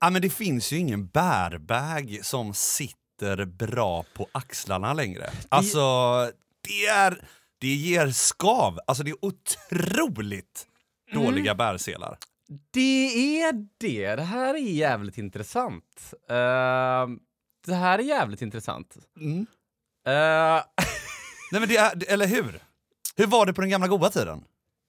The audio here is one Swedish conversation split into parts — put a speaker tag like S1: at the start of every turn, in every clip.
S1: Ja, men det finns ju ingen bärbag som sitter bra på axlarna längre. Alltså, det, är, det ger skav. Alltså, det är otroligt dåliga
S2: Mm.
S1: bärselar.
S2: Det är det. Det här är jävligt intressant. Eh, det här är jävligt intressant. Eh,
S1: Nej, men det är, eller hur? Hur var det på den gamla goda tiden?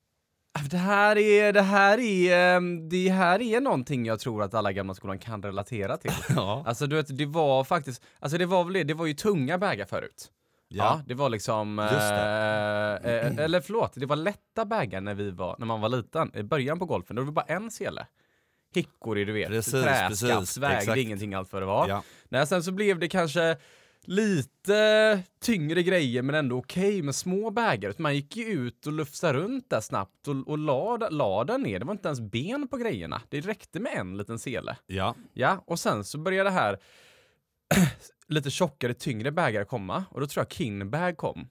S2: det här är, det här är, eh, det här är någonting jag tror att alla i gamla skolan kan relatera till.
S1: Ja.
S2: Alltså du vet, det var faktiskt, alltså det var väl det, det var ju tunga bägar förut. Ja.
S1: Ja.
S2: det var liksom,
S1: Just
S2: eh, eh, eller förlåt, det var lätta bägar när, vi var, när man var liten, i början på golfen, då var det bara en sele. Hickory, du vet,
S1: Precis, precis,
S2: träskaftväg,
S1: exakt.
S2: det är ingenting allt för det var.
S1: Ja.
S2: Nej, sen så blev det kanske lite tyngre grejer men ändå okej med små bägar. Man gick ju ut och lufsade runt där snabbt och, och la, la den ner. Det var inte ens ben på grejerna. Det räckte med en liten sele.
S1: ja.
S2: Ja, och sen så började det här lite tjockare, tyngre bägare komma. Och då tror jag Kinbag kom.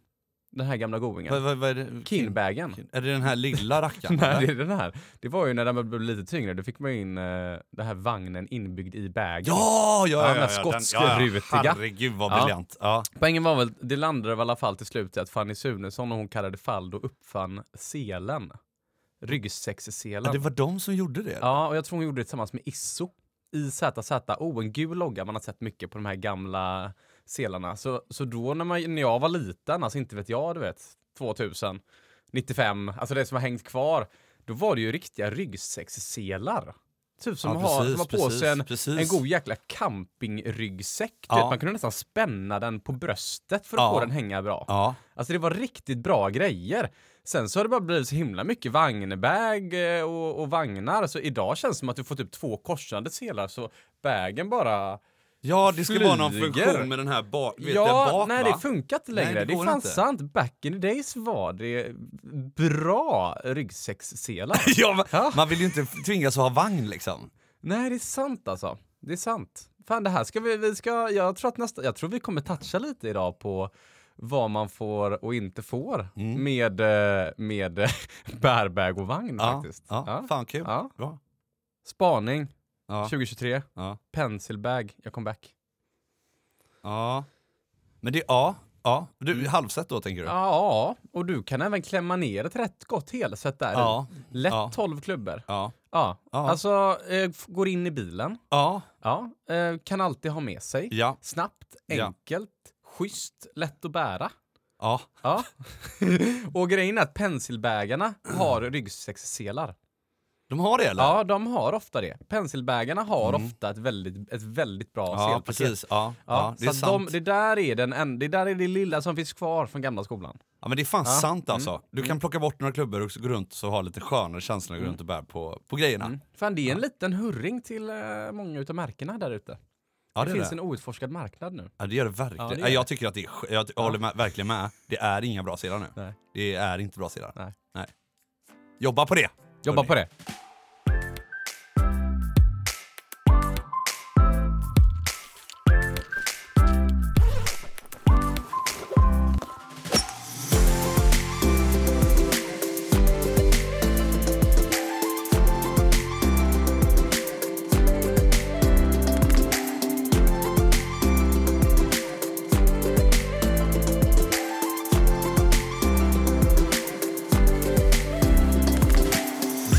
S2: Den här gamla
S1: Vad,
S2: godingen.
S1: vad, vad är det?
S2: Kinbagen.
S1: Är det den här lilla rackaren?
S2: Nej, det
S1: eller?
S2: är den här. Det var ju när den blev lite tyngre, då fick man ju in eh, den här vagnen inbyggd i bägen.
S1: Ja, ja, ja,
S2: Ja,
S1: ja,
S2: den
S1: ja,
S2: skotska
S1: Den-
S2: rutiga.
S1: Herregud vad
S2: Ja.
S1: briljant. Ja.
S2: Poängen var väl, det landade väl i alla fall till slut i att Fanny Sunesson och hon kallade Faldo uppfann selen.
S1: Ja,
S2: Ryggsäcksselen.
S1: det
S2: Ja,
S1: var de som gjorde det.
S2: och jag tror hon gjorde det tillsammans med Isso. IZZO, en gul logga man har sett mycket på de här gamla selarna. Så, så då när, man, när jag var liten, alltså inte vet jag, du vet, 2000, 95, alltså det som har hängt kvar, då var det ju riktiga ryggsäcksselar. Typ som,
S1: Ja,
S2: har,
S1: precis,
S2: som har på sig en,
S1: precis, precis.
S2: en god jäkla campingryggsäck. Du
S1: Ja.
S2: vet, man kunde nästan spänna den på bröstet för att
S1: Ja.
S2: få den hänga bra.
S1: Ja.
S2: Alltså det var riktigt bra grejer. Sen så har det bara blivit så himla mycket vagnbag eh, och, och vagnar, så idag känns det som att du får typ två korsande selar, så vägen bara...
S1: Ja, det ska vara någon
S2: Flyger.
S1: funktion med den här bak, vet
S2: ja,
S1: den bak
S2: nej
S1: va?
S2: det funkar inte
S1: Nej,
S2: längre.
S1: det
S2: det,
S1: går
S2: är fan
S1: inte.
S2: sant. Back in the days var det bra ryggsäcksselar.
S1: ja, man,
S2: Ja. Mm,
S1: man vill ju inte tvingas att ha vagn liksom.
S2: nej, det är sant alltså. Det är sant. Fan det här ska vi, vi ska, jag tror att nästa, jag tror vi kommer toucha lite idag på vad man får och inte får
S1: Mm.
S2: med, eh, med bärbag och vagn
S1: Ja,
S2: faktiskt.
S1: ja,
S2: Ja.
S1: fan kul.
S2: Ja.
S1: Bra.
S2: Spaning
S1: Ja,
S2: 2023.
S1: ja,
S2: Pencilbag, jag kom back.
S1: ja. Men det, ja, ja. Du, halvset då tänker du?
S2: Mm. Ja, och du kan även klämma ner ett rätt gott helsätt där. i.
S1: Ja,
S2: Lätt
S1: ja.
S2: 12 klubbor.
S1: ja.
S2: Ja.
S1: Ja.
S2: Alltså, eh, f- går in i bilen.
S1: ja.
S2: Ja. Eh, kan alltid ha med sig.
S1: ja.
S2: Snabbt,
S1: Ja.
S2: enkelt, schysst, lätt att bära.
S1: ja.
S2: Ja. och grejen är att pensilbägarna har ryggsäcksselar.
S1: De har det eller?
S2: Ja, de har ofta det. Pensilbägarna har ofta ett väldigt, ett väldigt bra
S1: Mm. ja
S2: selpaket.
S1: precis. Ja, ja.
S2: Ja,
S1: det är
S2: så att
S1: sant.
S2: de, det, där är den, en- det där är det lilla som finns kvar från gamla skolan.
S1: Ja men det är fan sant alltså.
S2: Mm.
S1: Du kan plocka bort några klubbor och så gå runt och ha lite skönare känsla
S2: Mm.
S1: när du går runt och bär på, på grejerna.
S2: Fan, det är en liten hurring till eh, många utav märkena där ute.
S1: Ja,
S2: det
S1: det, är
S2: finns
S1: det.
S2: en outforskad marknad nu.
S1: ja det gör det verkligen.
S2: Ja, det gör
S1: Nej, jag
S2: det.
S1: tycker att det är, sk- jag, jag håller med, verkligen med. Det är inga bra sedlar nu.
S2: Nej.
S1: Det är inte bra sedlar.
S2: Nej.
S1: Nej. Jobba på det!
S2: Jobba på det.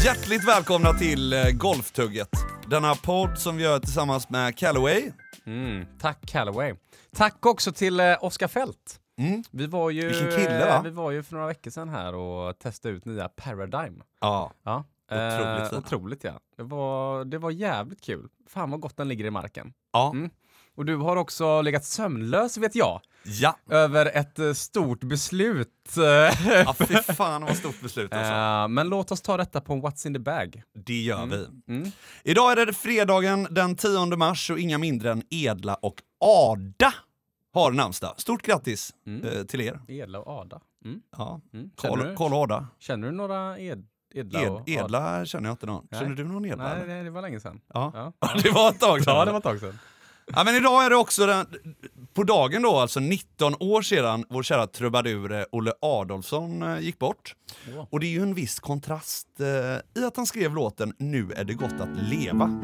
S1: Hjärtligt välkomna till eh, Golftugget. Denna podd som vi gör tillsammans med Callaway.
S2: Mm, tack Callaway. Tack också till eh, Oskar Fält.
S1: Mm.
S2: Vi var ju,
S1: Vilken kille, va?
S2: eh, Vi var ju för några veckor sedan här och testade ut nya Paradigm.
S1: Ja.
S2: Ja. Eh,
S1: Otroligt fina.
S2: otroligt ja. Det var, det var jävligt kul. Fan vad gott den ligger i marken.
S1: Ja.
S2: Mm. Och du har också legat sömnlös vet jag.
S1: Ja.
S2: Över ett eh, stort beslut. eh,
S1: ja, fy fan vad stort beslut alltså.
S2: Eh, men låt oss ta detta på en What's in the bag.
S1: Det gör vi.
S2: Mm.
S1: Idag är det fredagen den 10 mars och inga mindre än Edla och Ada har namnsdag. Stort grattis eh, till er.
S2: Edla och Ada. Mm.
S1: Ja.
S2: Mm. Känner,
S1: Karl
S2: du,
S1: Karl och Ada.
S2: känner du några ed, Edla
S1: Ed,
S2: och Ada?
S1: edla känner jag inte någon.
S2: Nej.
S1: Känner du någon Edla?
S2: Nej,
S1: eller?
S2: det, det var länge sedan.
S1: Ja.
S2: Ja.
S1: det var ett tag sedan.
S2: Ja, det var ett tag sedan.
S1: Ja, men idag är det också den, på dagen då, alltså 19 år sedan, vår kära trubadur eh, Olle Adolfsson eh, gick bort.
S2: Åh.
S1: Och det är ju en viss kontrast eh, i att han skrev låten Nu är det gott att leva.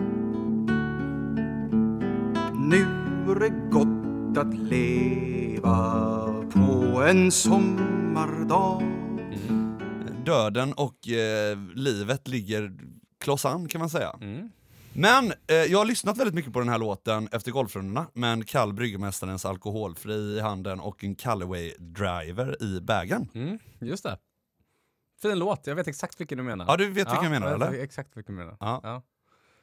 S3: vore gott att leva på en sommardag.
S1: Döden och eh, livet ligger kloss an kan man säga.
S2: Mm.
S1: Men eh, jag har lyssnat väldigt mycket på den här låten efter golfrundorna med en kall bryggemästarens alkoholfri i handen och en Callaway driver i bagen.
S2: Mm, just det. Fin låt, jag vet exakt vilken du menar.
S1: Ja, du vet vilken jag menar,
S2: vet
S1: eller?
S2: Exakt vilken du menar.
S1: Ja.
S2: Ja.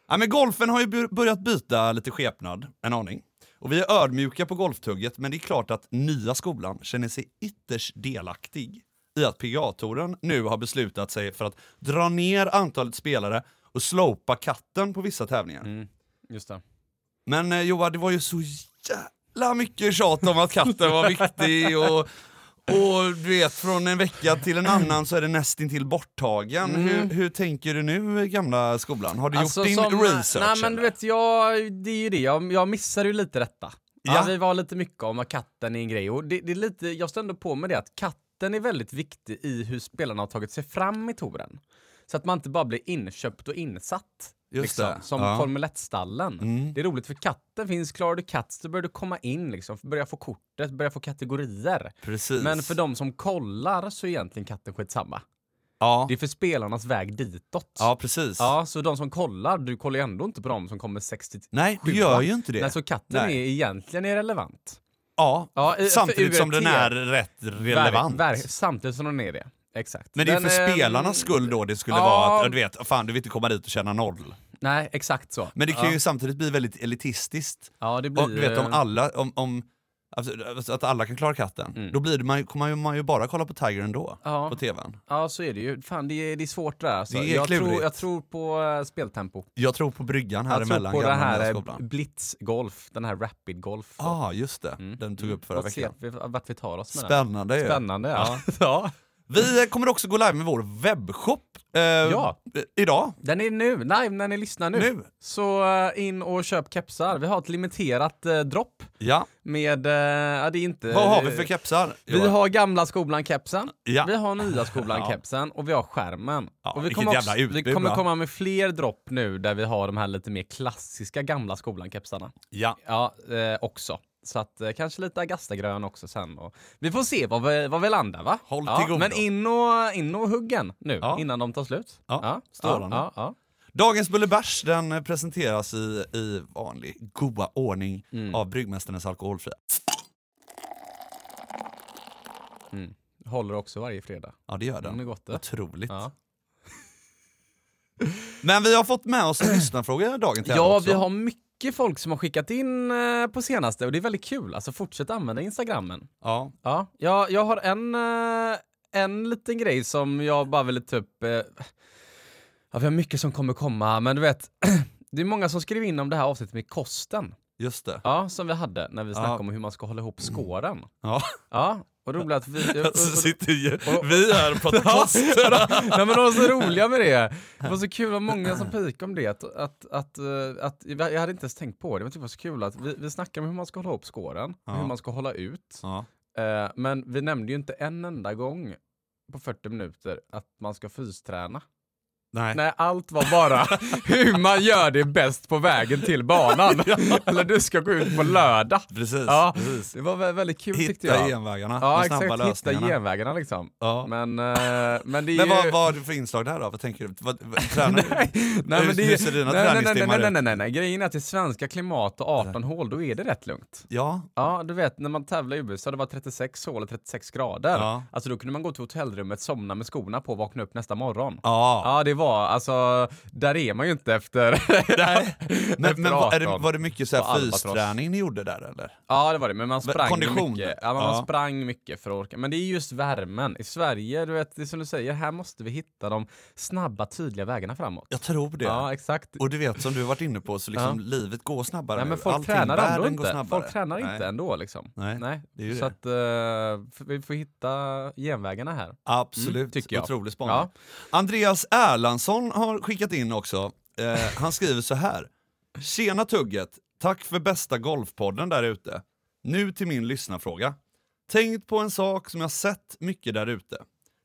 S1: Ja, men golfen har ju bu- börjat byta lite skepnad, en aning. Och vi är ödmjuka på golftugget, men det är klart att nya skolan känner sig ytterst delaktig i att PGA-touren nu har beslutat sig för att dra ner antalet spelare och slopa katten på vissa tävlingar.
S2: Mm, just det.
S1: Men eh, Johan, det var ju så jävla mycket tjat om att katten var viktig och, och du vet, från en vecka till en annan så är det nästintill borttagen.
S2: Mm.
S1: Hur, hur tänker du nu, gamla skolan? Har du gjort din
S2: Alltså, som-
S1: research?
S2: Nej men
S1: eller?
S2: du vet, jag, det är ju det. Jag, jag missade ju lite detta. Ja.
S1: Ja.
S2: vi var lite mycket om att katten är en grej och det, det är lite, jag står ändå på med det att katten är väldigt viktig i hur spelarna har tagit sig fram i touren. Så att man inte bara blir inköpt och insatt.
S1: Just
S2: liksom,
S1: det.
S2: Som
S1: Ja. Mm.
S2: Formel 1-stallen. Det är roligt för katten finns, klarar du katt så börjar du komma in liksom, börja få kortet, börja få kategorier.
S1: Precis.
S2: Men för de som kollar så är egentligen katten skitsamma.
S1: ja.
S2: Det är för spelarnas väg ditåt.
S1: ja, precis.
S2: Ja, så de som kollar, du kollar ju ändå inte på dem som kommer 60
S1: Nej, du gör ju inte det.
S2: Nej, så katten
S1: Nej.
S2: är egentligen irrelevant.
S1: ja.
S2: Ja, i- för
S1: Samtidigt som
S2: URT.
S1: den är rätt relevant.
S2: Ver, ver, samtidigt som den är det. Exakt.
S1: Men det är ju
S2: Den,
S1: för
S2: eh,
S1: spelarnas skull då det skulle
S2: ja.
S1: vara att, ja, du vet, fan du vill inte komma dit och känna noll.
S2: Nej, exakt så.
S1: Men det kan
S2: ja.
S1: ju samtidigt bli väldigt elitistiskt.
S2: Ja, det blir...
S1: Och, du vet om
S2: eh,
S1: alla, om, om alltså, att alla kan klara katten, då blir det, man, ju- kommer man ju bara kolla på Tiger ändå,
S2: Mm. Ja.
S1: på tvn.
S2: Ja, så är det ju. Fan, det är, det är svårt det där. Alltså.
S1: Det är
S2: jag,
S1: klurigt.
S2: tror, jag tror på eh, speltempo.
S1: Jag tror på bryggan här
S2: Jag tror
S1: emellan
S2: på det
S1: gamla och
S2: här
S1: nya
S2: eh,
S1: skolan.
S2: blitzgolf, den här rapidgolf.
S1: Ja, ah, just det.
S2: Mm.
S1: Den tog upp förra
S2: Och se
S1: veckan.
S2: att vi, vart vi tar oss med den.
S1: Spännande ju.
S2: Spännande, ja.
S1: Vi eh, kommer också gå live med vår webbshop eh,
S2: Ja.
S1: eh, idag.
S2: Den är nu, live när ni lyssnar nu.
S1: Nu.
S2: Så eh, in och köp kepsar. Vi har ett limiterat eh, dropp
S1: Ja.
S2: med, eh, ja det är inte...
S1: Vad har vi för kepsar?
S2: Eh, Vi har gamla skolan-kepsen,
S1: Ja.
S2: vi har nya
S1: Ja.
S2: skolan-kepsen och vi har skärmen.
S1: Ja,
S2: och vi
S1: vilket
S2: kommer,
S1: jävla utbud,
S2: vi kommer
S1: va?
S2: komma med fler dropp nu där vi har de här lite mer klassiska gamla skolan-kepsarna.
S1: ja.
S2: Ja, eh, också. Så att eh, kanske lite agastagrön också sen. Och vi får se vad vi, vad vi landar va?
S1: Håll
S2: ja,
S1: till godo.
S2: Men in och, in och huggen nu
S1: Ja.
S2: innan de tar slut.
S1: Ja, strålande.
S2: Ja, ja,
S1: Dagens Bullebärs den eh, presenteras i, i vanlig goa ordning
S2: Mm.
S1: av Bryggmästarens Alkoholfria.
S2: ja. Håller också varje fredag.
S1: Ja, det gör den.
S2: Mm, det är gott det.
S1: Otroligt.
S2: Ja.
S1: Men vi har fått med oss en lyssnarfråga dagen till ära
S2: Ja,
S1: också.
S2: vi har mycket folk som har skickat in eh, på senaste och det är väldigt kul. Alltså fortsätt använda Instagrammen.
S1: Ja.
S2: Ja, jag, jag har en, eh, en liten grej som jag bara ville typ... Eh, ja, vi har mycket som kommer komma, men du vet, det är många som skriver in om det här avsnittet med kosten.
S1: Just det.
S2: Ja, som vi hade när vi snackade
S1: Ja.
S2: om hur man ska hålla ihop skåren.
S1: Ja.
S2: Ja, och roligt att vi... och- och-
S1: Så sitter ju vi här och pratar kost.
S2: Nej men de var så roliga med det. Det var så kul, det var många som pikade om det. Att, att, att, eh, att, jag hade inte ens tänkt på det, men det var så kul att vi, vi snackade om hur man ska hålla ihop skåren,
S1: Ja.
S2: hur man ska hålla ut.
S1: Ja.
S2: Eh, men vi nämnde ju inte en enda gång på 40 minuter att man ska fysträna.
S1: Nej.
S2: Nej, allt var bara hur man gör det bäst på vägen till banan. Eller du ska gå ut på lördag.
S1: Precis.
S2: Ja,
S1: Precis.
S2: det var vä- väldigt kul tyckte
S1: Hitta
S2: jag.
S1: genvägarna,
S2: Ja,
S1: de snabba
S2: exakt. Hitta
S1: lösningarna.
S2: genvägarna liksom.
S1: Ja. Men,
S2: Men, eh, men det är ju...
S1: vad, vad har du för inslag där då? Vad tänker du? Vad, vad, tränar du?
S2: Nej, men det är,
S1: Hur ser dina
S2: nej, nej, nej,
S1: träningstimmar
S2: nej, nej,
S1: ut? Alltså.
S2: nej, nej, nej. Grejen är att i svenska klimat och 18 hål, då är det rätt lugnt.
S1: Ja,
S2: Ja, du vet när man tävlar i USA, det var 36 hål och 36 grader.
S1: Ja.
S2: Alltså då kunde man gå till hotellrummet, somna med skorna på och vakna upp nästa morgon.
S1: ja.
S2: Ja, det var alltså, där är man ju inte efter,
S1: Nej. Men,
S2: efter
S1: men var, är det,
S2: 18.
S1: var det mycket så
S2: På
S1: här
S2: Albatross.
S1: fysträning ni gjorde där eller?
S2: Ja, det var det, men man
S1: Men
S2: sprang
S1: kondition.
S2: mycket. Ja, men man
S1: Ja.
S2: sprang mycket för att orka. Men det är just värmen. I Sverige, du vet, det är som du säger, här måste vi hitta de snabba, tydliga vägarna framåt.
S1: Jag tror det.
S2: Ja, exakt.
S1: Och du vet som du har varit inne på så liksom
S2: Ja.
S1: livet går snabbare
S2: Nej, men
S1: nu.
S2: folk tränar ändå
S1: världen går
S2: inte.
S1: snabbare.
S2: Folk tränar
S1: Nej.
S2: inte ändå liksom.
S1: Nej, det är ju
S2: Så
S1: det.
S2: att eh, f- vi får hitta genvägarna här.
S1: Absolut,
S2: Mm, tycker jag.
S1: otrolig spaning. Andreas Erlandsson har skickat in också. Eh, han skriver så här. Tjena tugget, tack för bästa golfpodden där ute. Nu till min lyssnarfråga. Tänkt på en sak som jag sett mycket där ute.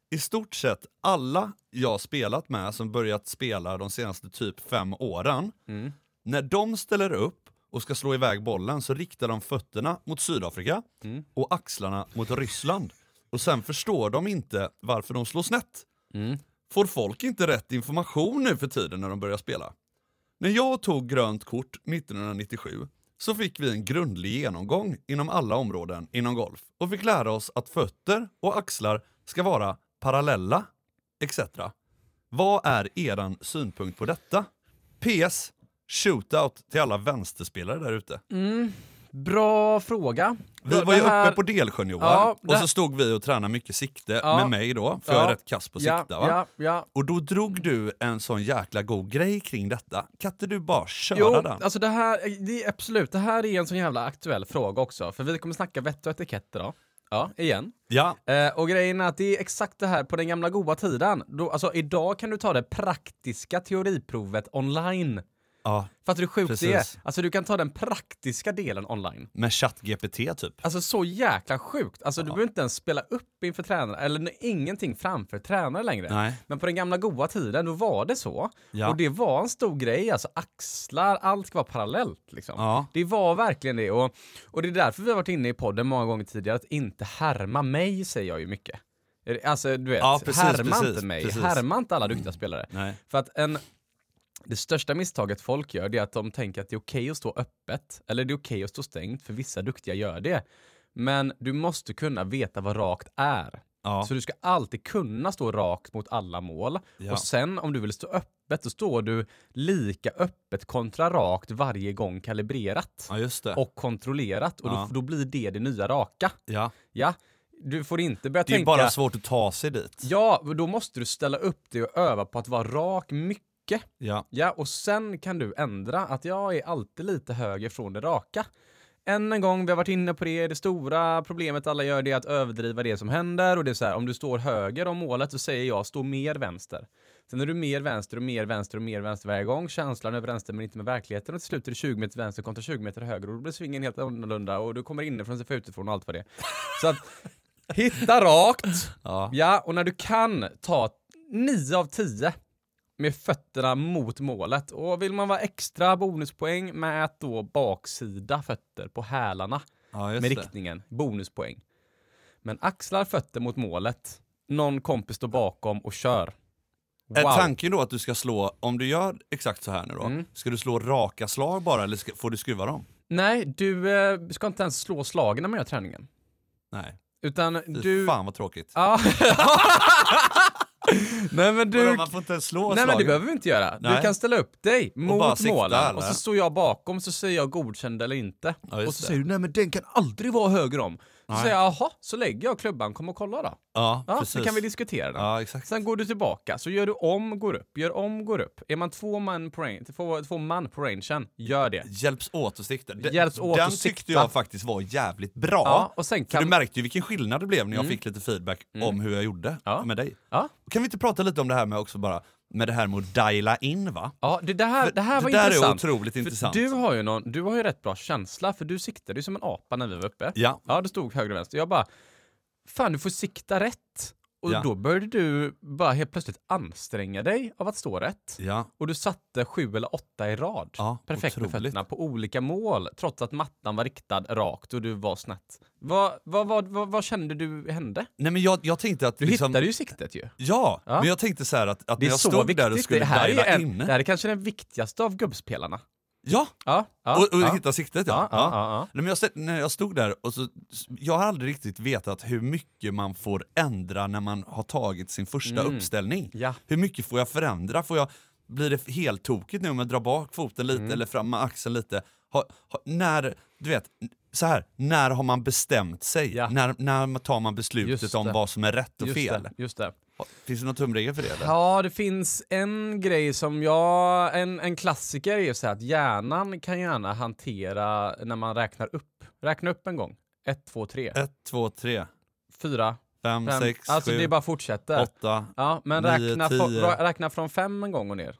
S1: I stort sett alla jag spelat med som börjat spela de senaste typ fem åren, när de ställer upp och ska slå iväg bollen så riktar de fötterna mot Sydafrika
S2: Mm.
S1: och axlarna mot Ryssland. Och sen förstår de inte varför de slår snett.
S2: Mm.
S1: Får folk inte rätt information nu för tiden när de börjar spela? När jag tog grönt kort 1997 så fick vi en grundlig genomgång inom alla områden inom golf och fick lära oss att fötter och axlar ska vara parallella, etc. Vad är eran synpunkt på detta? PS. Shootout till alla vänsterspelare där ute.
S2: Bra fråga.
S1: Vi
S2: Mm. Det
S1: var ju
S2: här-
S1: uppe på delsjön
S2: Ja,
S1: ja,
S2: det-
S1: och så stod vi och tränade mycket sikte
S2: Ja.
S1: med mig då, för jag
S2: Ja.
S1: är rätt kass på
S2: ja,
S1: sikta va?
S2: Ja, ja.
S1: Och då drog du en sån jäkla god grej kring detta. Kan inte du bara köra
S2: Jo,
S1: den?
S2: alltså det här, det är absolut, det här är en sån jävla aktuell fråga också, för vi kommer snacka vett och etikett idag. Ja, igen.
S1: Ja,
S2: Eh, och grejen är att det är exakt det här på den gamla goda tiden. Då, alltså idag kan du ta det praktiska teoriprovet online.
S1: ja,
S2: Fattar du hur sjukt det är?
S1: Precis.
S2: Alltså du kan ta den praktiska delen online.
S1: med ChatGPT typ.
S2: Alltså så jäkla sjukt. Alltså du behöver inte ens spela upp inför tränare, eller n- ingenting framför tränare längre.
S1: Nej.
S2: Men på den gamla goda tiden, då var det så.
S1: Ja.
S2: Och det var en stor grej, alltså axlar, allt var parallellt liksom.
S1: Ja.
S2: Det var verkligen det. Och, och det är därför vi har varit inne i podden många gånger tidigare, att inte härma mig säger jag ju mycket. Alltså du vet,
S1: Ja, precis,
S2: härma
S1: precis,
S2: inte mig,
S1: precis. Mm,
S2: härma inte alla duktiga spelare.
S1: Nej.
S2: För att en, det största misstaget folk gör det är att de tänker att det är okej att stå öppet, eller det är okej att stå stängt, för vissa duktiga gör det. Men du måste kunna veta vad rakt är.
S1: Ja.
S2: Så du ska alltid kunna stå rakt mot alla mål.
S1: Ja.
S2: Och sen om du vill stå öppet, då står du lika öppet kontra rakt varje gång kalibrerat.
S1: ja, just det.
S2: Och kontrollerat. Och
S1: Ja.
S2: då, då blir det det nya raka.
S1: ja.
S2: Ja, du får inte börja
S1: Det är ju
S2: tänka...
S1: bara svårt att ta sig dit.
S2: Ja, då måste du ställa upp dig och öva på att vara rak mycket.
S1: Ja.
S2: Ja, och sen kan du ändra att jag är alltid lite höger från det raka. Än en gång, vi har varit inne på det, det stora problemet alla gör det är att överdriva det som händer och det är så här, om du står höger om målet så säger jag stå mer vänster. Sen är du mer vänster och mer vänster och mer vänster varje gång, känslan överensstämmer inte med verkligheten och till slut är det 20 meter vänster kontra 20 meter höger och då blir svingen helt annorlunda och du kommer inifrån istället för utifrån och allt vad det är. Så att, hitta rakt!
S1: Ja.
S2: Ja, och när du kan ta 9 av 10 med fötterna mot målet. Och vill man vara extra bonuspoäng, mät då baksida fötter på hälarna
S1: ja, just
S2: med
S1: det.
S2: riktningen. Bonuspoäng. Men axlar fötter mot målet. Någon kompis står bakom och kör.
S1: Är tanken då att du ska slå, om du gör exakt så här nu då,
S2: Mm.
S1: ska du slå raka slag bara eller ska, får du skruva dem?
S2: Nej, du eh, ska inte ens slå slagen när man gör träningen.
S1: Nej.
S2: Utan
S1: Fy
S2: du...
S1: Fan vad tråkigt.
S2: Ja. Nej men
S1: Vadå,
S2: du
S1: man får inte ens slå
S2: Nej men det
S1: slagen?
S2: behöver vi inte göra.
S1: Nej.
S2: Du kan ställa upp dig
S1: bara
S2: mot
S1: sikta,
S2: målen och
S1: eller?
S2: så står jag bakom så säger jag godkänd eller inte.
S1: Ja, just
S2: och så
S1: det.
S2: säger du nej men den kan aldrig vara höger om. Så
S1: Nej.
S2: säger jag jaha, så lägger jag klubban, kom och kolla då.
S1: Ja,
S2: Ja,
S1: precis.
S2: så kan vi diskutera den.
S1: Ja, exakt.
S2: Sen går du tillbaka, så gör du om, går upp, gör om, går upp. Är man två man på, range, två, två man på rangen, gör det.
S1: Hjälps åt att sikta. Den,
S2: Hjälps åt
S1: den
S2: att
S1: tyckte
S2: sikta.
S1: jag faktiskt var jävligt bra.
S2: Ja, och sen
S1: För
S2: kan- Mm.
S1: du märkte ju vilken skillnad det blev när jag fick lite feedback om hur jag gjorde
S2: Ja.
S1: med dig.
S2: Ja,
S1: Kan vi inte prata lite om det här med också bara, med det här med att diala in va?
S2: ja det, det här, det här
S1: det
S2: var
S1: där är
S2: intressant.
S1: otroligt
S2: För
S1: intressant.
S2: Du har, ju någon, du har ju rätt bra känsla, för du siktade ju som en apa när vi var uppe.
S1: Ja.
S2: Ja, det stod höger och vänster. Jag bara, fan du får sikta rätt. Och
S1: Ja.
S2: då började du bara helt plötsligt anstränga dig av att stå rätt.
S1: Ja.
S2: Och du satte sju eller åtta i rad.
S1: Ja,
S2: Perfekt med
S1: otroligt.
S2: fötterna på olika mål, trots att mattan var riktad rakt och du var snett. Vad, vad, vad, vad, vad kände du hände?
S1: Nej men jag, jag tänkte att
S2: Du
S1: liksom...
S2: hittade ju siktet ju.
S1: Ja,
S2: Ja.
S1: men jag tänkte så här att, att
S2: Det
S1: när
S2: är
S1: jag
S2: så
S1: stod
S2: viktigt.
S1: där och skulle
S2: det, här
S1: diala
S2: är ju en,
S1: in.
S2: det här är kanske den viktigaste av gubbspelarna.
S1: Ja,
S2: Ja, ja,
S1: och, och
S2: ja.
S1: hitta siktet ja.
S2: Ja, ja, ja, ja.
S1: Nej, men jag, stä- när jag stod där och så, jag har aldrig riktigt vetat hur mycket man får ändra när man har tagit sin första uppställning.
S2: Mm. Ja.
S1: Hur mycket får jag förändra? Får jag, blir det helt tokigt nu om jag drar bak foten lite
S2: Mm.
S1: eller fram med axeln lite? Har, har, när, du vet, så här, när har man bestämt sig?
S2: Ja.
S1: När, när tar man beslutet
S2: Just
S1: om
S2: det.
S1: vad som är rätt och
S2: Just
S1: fel?
S2: det, just det.
S1: Finns det någon tumregel för det? Eller?
S2: Ja, det finns en grej som jag... En, en klassiker är ju så här att hjärnan kan gärna hantera när man räknar upp. Räkna upp en gång. Ett, två, tre,
S1: Ett, två, tre,
S2: fyra,
S1: fem,
S2: fem.
S1: sex,
S2: alltså
S1: sju,
S2: det bara fortsätter.
S1: åtta,
S2: Ja, men
S1: nio,
S2: räkna, fro-
S1: tio.
S2: ra- räkna från fem en gång och ner.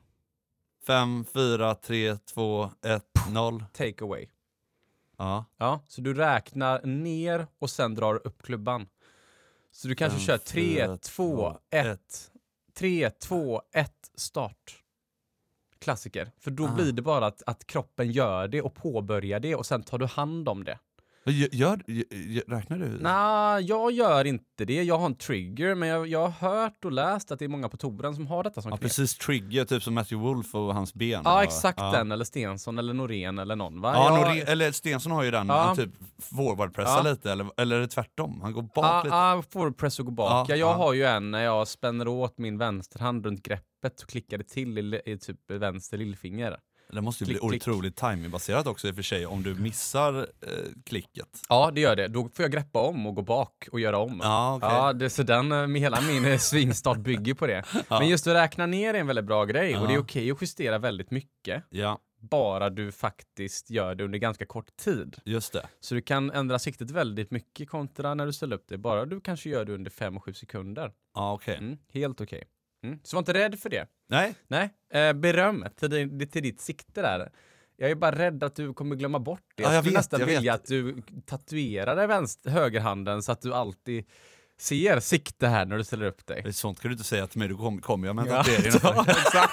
S1: fem, fyra, tre, två, ett, noll.
S2: Take away.
S1: Ja.
S2: Ja, så du räknar ner och sen drar upp klubban. Så du kanske
S1: Fem,
S2: kör tre,
S1: fyra,
S2: två,
S1: två,
S2: ett. Tre, två, ett, start. klassiker. För
S1: Ah.
S2: då blir det bara att, att kroppen gör det och påbörjar det och sen tar du hand om det.
S1: Gör, gör, gör, räknar du?
S2: Nej, jag gör inte det. Jag har en trigger, men jag, jag har hört och läst att det är många på touren som har detta som
S1: Ja,
S2: knep.
S1: precis. Trigger, typ som Matthew Wolf och hans ben.
S2: Ja,
S1: Och-
S2: exakt
S1: ja.
S2: den. Eller Stensson eller Norén eller någon. Va?
S1: Ja,
S2: Jag-
S1: Norén- eller Stensson har ju den,
S2: Ja.
S1: han typ forwardpressar
S2: Ja.
S1: lite, eller, eller är det tvärtom? Han går bak
S2: Ja,
S1: lite.
S2: ah, forwardpress och gå bak.
S1: Ja,
S2: Ja, jag
S1: ja.
S2: har ju en när jag spänner åt min vänsterhand runt greppet och klickar det till i, li- i typ vänster lillfinger.
S1: Det måste ju
S2: Klick,
S1: bli
S2: klick.
S1: otroligt timingbaserat också i och för sig, om du missar eh, klicket.
S2: Ja, det gör det. Då får jag greppa om och gå bak och göra om.
S1: Ja, okej.
S2: Ja, det, så den, eh, med hela min eh, svingstart bygger på det. Men just att räkna ner är en väldigt bra grej och det är
S1: Ja.
S2: okej att justera väldigt mycket.
S1: Ja,
S2: Bara du faktiskt gör det under ganska kort tid.
S1: just det.
S2: Så du kan ändra siktet väldigt mycket kontra när du ställer upp det. Bara du kanske gör det under 5-7 sekunder.
S1: Ja, okej.
S2: Mm, helt okej. Mm. Så var inte rädd för det.
S1: Nej,
S2: Nej, eh, beröm till, din, till ditt sikte där. Jag är bara rädd att du kommer glömma bort det.
S1: Ja, jag
S2: skulle
S1: vet,
S2: nästan
S1: jag
S2: vilja
S1: vet.
S2: att du tatuerar dig vänster, högerhanden så att du alltid ser sikte här när du ställer upp dig.
S1: sånt kan du inte säga till mig, då kommer kommer jag med en
S2: Ja,
S1: tatuering.
S2: exakt.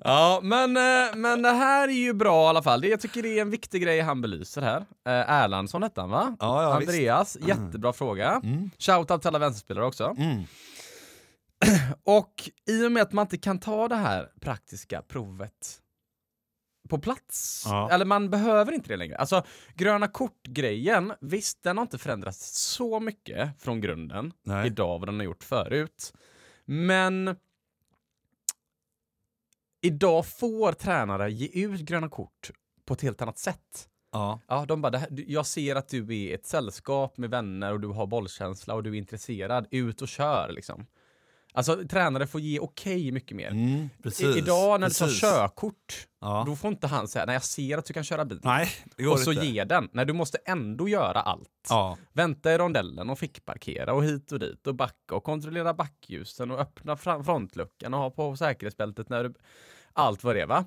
S2: ja, men, eh, men det här är ju bra i alla fall. Det- Jag tycker det är en viktig grej han belyser här. Eh, Erlandsson hette han va?
S1: Ja, ja, visst.
S2: Andreas, jättebra fråga. Shoutout till alla vänsterspelare också.
S1: Mm.
S2: Och i och med att man inte kan ta det här praktiska provet på plats,
S1: Ja.
S2: eller man behöver inte det längre. Alltså, gröna kort-grejen, visst den har inte förändrats så mycket från grunden
S1: Nej.
S2: idag vad den har gjort förut. Men idag får tränare ge ut gröna kort på ett helt annat sätt.
S1: Ja,
S2: Ja, de bara, det här, du- jag ser att du är i ett sällskap med vänner och du har bollkänsla och du är intresserad. Ut och kör liksom. Alltså tränare får ge okej mycket mer.
S1: mm, precis.
S2: I, idag när du
S1: precis.
S2: tar körkort,
S1: Ja.
S2: då får inte han säga nej jag ser att du kan köra bil.
S1: Nej, det går
S2: och så
S1: inte.
S2: ge den. Nej, du måste ändå göra allt.
S1: Ja,
S2: Vänta i rondellen och fick parkera och hit och dit och backa och kontrollera backljusen och öppna fram- frontluckan och ha på säkerhetsbältet när du... Allt vad det är va?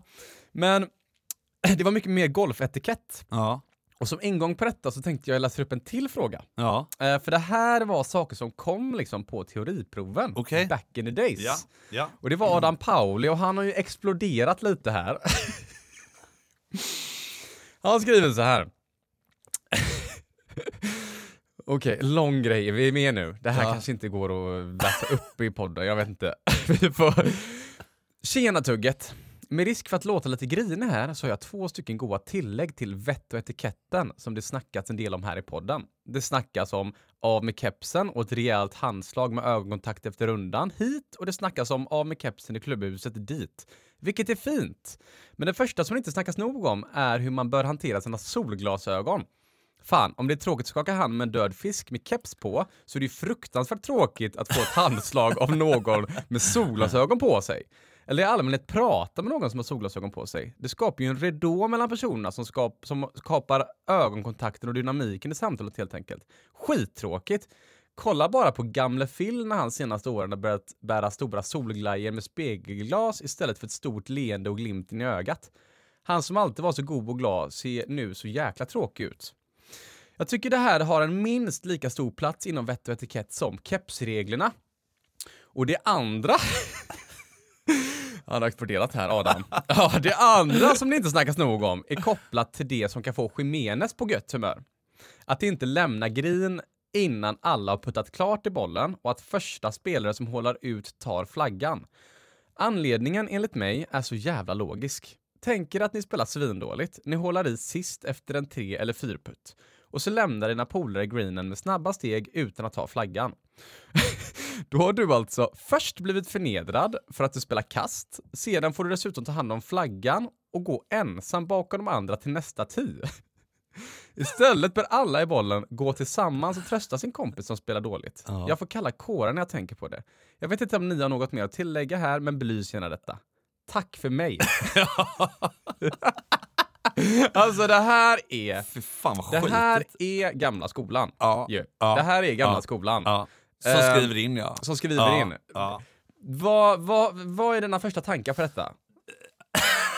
S2: Men det var mycket mer golfetikett.
S1: ja,
S2: Och som ingång på detta så tänkte jag läsa upp en till fråga.
S1: ja.
S2: Eh, för det här var saker som kom liksom på teoriproven
S1: Okej.
S2: back in the days.
S1: ja. ja.
S2: Och det var Adam Pauli och han har ju exploderat lite här. han skriver så här. Okej, lång grej. Vi är med nu. Det här
S1: Ja.
S2: kanske inte går att läsa upp i podden, jag vet inte. Vi får... Tjena tugget! Med risk för att låta lite grinig här så har jag två stycken goa tillägg till vett och etiketten som det snackats en del om här i podden. Det snackas om av med kepsen och ett rejält handslag med ögonkontakt efter rundan hit och det snackas om av med kepsen i klubbhuset dit. Vilket är fint! Men det första som det inte snackas nog om är hur man bör hantera sina solglasögon. Fan, om det är tråkigt att skaka hand med en död fisk med keps på så är det ju fruktansvärt tråkigt att få ett handslag av någon med solglasögon på sig. Eller i allmänhet prata med någon som har solglasögon på sig. Det skapar ju en ridå mellan personerna som, skap, som skapar ögonkontakten och dynamiken i samtalet helt enkelt. Skittråkigt! Kolla bara på gamle Phil när han senaste åren har börjat bära stora solglajjor med spegelglas istället för ett stort leende och glimten i ögat. Han som alltid var så god och glad ser nu så jäkla tråkig ut. Jag tycker det här har en minst lika stor plats inom vett och etikett som kepsreglerna. Och det andra... Han har exporterat här, Adam. Ja, det andra som det inte snackas nog om är kopplat till det som kan få Jiménez på gött humör. Att inte lämna green innan alla har puttat klart i bollen och att första spelare som hålar ut tar flaggan. Anledningen enligt mig är så jävla logisk. Tänker att ni spelar svindåligt, ni hålar i sist efter en tre eller fyrputt och så lämnar dina polare greenen med snabba steg utan att ta flaggan. Då har du alltså först blivit förnedrad för att du spelar kast, sedan får du dessutom ta hand om flaggan och gå ensam bakom de andra till nästa tee. Istället bör alla i bollen gå tillsammans och trösta sin kompis som spelar dåligt.
S1: Ja.
S2: Jag får kalla kårar när jag tänker på det. Jag vet inte om ni har något mer att tillägga här, men belys gärna detta. Tack för mig. alltså det här är...
S1: Fy fan vad
S2: Det
S1: skitigt.
S2: här är gamla skolan.
S1: Ja,
S2: ju.
S1: ja,
S2: det här är gamla
S1: ja,
S2: skolan.
S1: Ja. Som
S2: Eh,
S1: skriver in ja.
S2: Som skriver
S1: ja,
S2: in.
S1: Ja.
S2: Vad, vad, vad är dina första tankar på detta?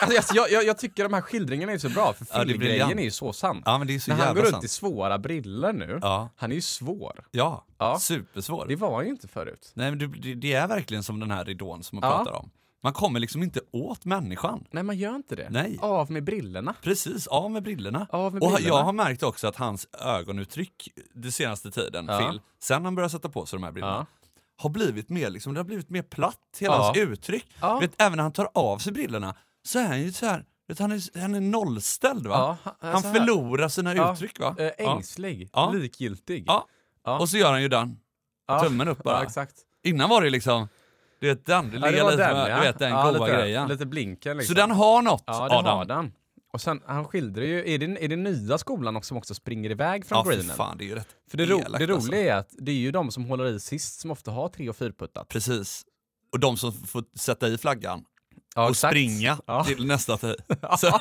S2: Alltså, alltså, jag, jag, jag tycker de här skildringarna är så bra, för
S1: Ja, det är
S2: filmgrejen
S1: briljant.
S2: är ju så sann.
S1: ja, men det är så
S2: När han går
S1: jävla
S2: runt i
S1: sant.
S2: svåra briller nu,
S1: Ja.
S2: han är ju svår.
S1: Ja,
S2: Ja.
S1: supersvår.
S2: Det var han ju inte förut.
S1: Nej, men det, det är verkligen som den här ridån som man
S2: Ja.
S1: pratar om. Man kommer liksom inte åt människan.
S2: Nej, man gör inte det.
S1: Nej.
S2: Av med brillorna.
S1: Precis, av med brillorna.
S2: Av med
S1: och
S2: brillorna.
S1: jag har märkt också att hans ögonuttryck den senaste tiden,
S2: Ja.
S1: Phil, sen han började sätta på sig de här brillorna,
S2: Ja.
S1: har blivit mer liksom, det har blivit mer platt, hela
S2: Ja.
S1: hans uttryck.
S2: Ja.
S1: Vet, även när han tar av sig brillorna så är han ju så här, vet, han, är, han är nollställd va?
S2: Ja, han-
S1: han
S2: så här.
S1: förlorar sina
S2: Ja,
S1: uttryck va?
S2: Eh,
S1: Ja.
S2: ängslig,
S1: Ja.
S2: likgiltig.
S1: Ja.
S2: Ja.
S1: Och så gör han ju den.
S2: Ja.
S1: Tummen upp bara.
S2: Ja, exakt.
S1: Innan var det liksom, du vet den, det
S2: Ja,
S1: ligger lite, med, du vet den
S2: Ja,
S1: goa
S2: lite,
S1: grejen.
S2: Lite blinken liksom.
S1: Så den har något,
S2: ja, den
S1: Adam.
S2: har den. Och sen, han skildrar ju, är det, är det nya skolan också som också springer iväg från
S1: Ja, fy
S2: greenen?
S1: fan, det är ju rätt
S2: För det, ro,
S1: elakt,
S2: det roliga
S1: alltså.
S2: är att det är ju de som håller i sist som ofta har tre och fyrputtat.
S1: Precis. Och de som får sätta i flaggan
S2: Ja,
S1: och springa
S2: Ja.
S1: till nästa tid. Så,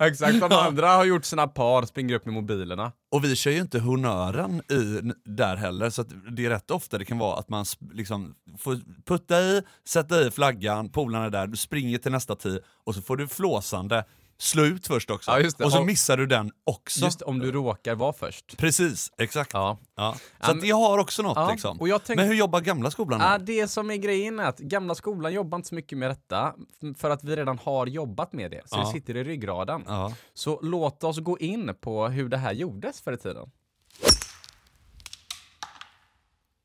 S2: exakt, de andra har gjort sina par, springer upp med mobilerna.
S1: och vi kör ju inte honören i, n- där heller, så att det är rätt ofta det kan vara att man sp- liksom får putta i, sätta i flaggan, polarna är där, du springer till nästa tid och så får du flåsande slå ut först också.
S2: Ja, just det.
S1: Och så
S2: Och-
S1: missar du den också.
S2: Just om du råkar vara först.
S1: Precis, exakt.
S2: Ja.
S1: Ja. Så att det har också något
S2: Ja,
S1: liksom.
S2: och jag tänk- Äh,
S1: Men hur jobbar gamla skolan
S2: Ja,
S1: med
S2: det som är grejen är att gamla skolan jobbar inte så mycket med detta f- för att vi redan har jobbat med det. Så det sitter i ryggraden.
S1: Ja.
S2: Så låt oss gå in på hur det här gjordes förr i tiden.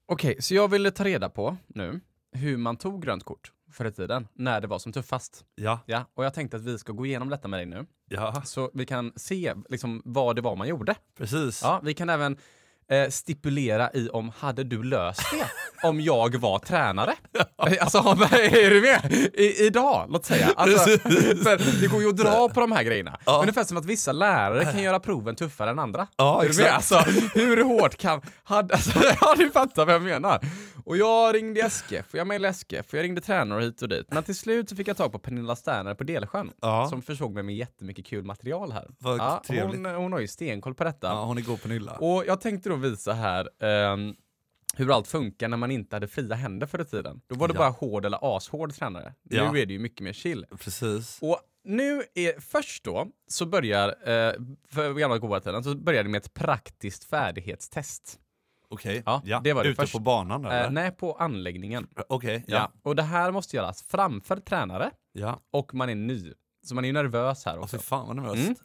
S2: Okej, så jag ville ta reda på nu hur man tog grönt kort förr i tiden när det var som tuffast.
S1: Ja.
S2: Ja, och jag tänkte att vi ska gå igenom detta med dig nu
S1: ja,
S2: så vi kan se liksom, vad det var man gjorde.
S1: precis.
S2: Ja, vi kan även eh, stipulera i om hade du löst det om jag var tränare? Alltså, är du med? I, idag, låt säga. Alltså, för det går ju att dra på de här grejerna.
S1: Ja.
S2: Ungefär som att vissa lärare kan göra proven tuffare än andra.
S1: Ja,
S2: är du med?
S1: exakt.
S2: Alltså, hur hårt kan... Hade, alltså, ja, du fattar vad jag menar. Och jag ringde SKF, och jag mejlade SKF, och jag ringde tränare hit och dit. Men till slut så fick jag tag på Pernilla Sterner på Delsjön,
S1: Ja.
S2: som försåg mig med jättemycket kul material här.
S1: Vad
S2: ja,
S1: trevligt.
S2: hon, hon har ju stenkoll på detta.
S1: Ja, hon är god Pernilla.
S2: Och jag tänkte då visa här ehm, hur allt funkar när man inte hade fria händer förr i tiden. Då var det
S1: Ja.
S2: bara hård eller ashård tränare.
S1: Ja.
S2: Nu är det ju mycket mer chill.
S1: Precis.
S2: Och nu är, först då, så börjar, eh, för gamla goda tiden, så börjar det med ett praktiskt färdighetstest.
S1: Okej.
S2: Ja, det var det
S1: Ute
S2: först.
S1: på banan där?
S2: Eh,
S1: eller?
S2: nej, på anläggningen.
S1: Okej,
S2: Ja.
S1: ja.
S2: Och det här måste göras framför tränare
S1: ja.
S2: och man är ny. Så man är ju nervös här
S1: Åh,
S2: också.
S1: fy fan vad nervöst.
S2: Mm.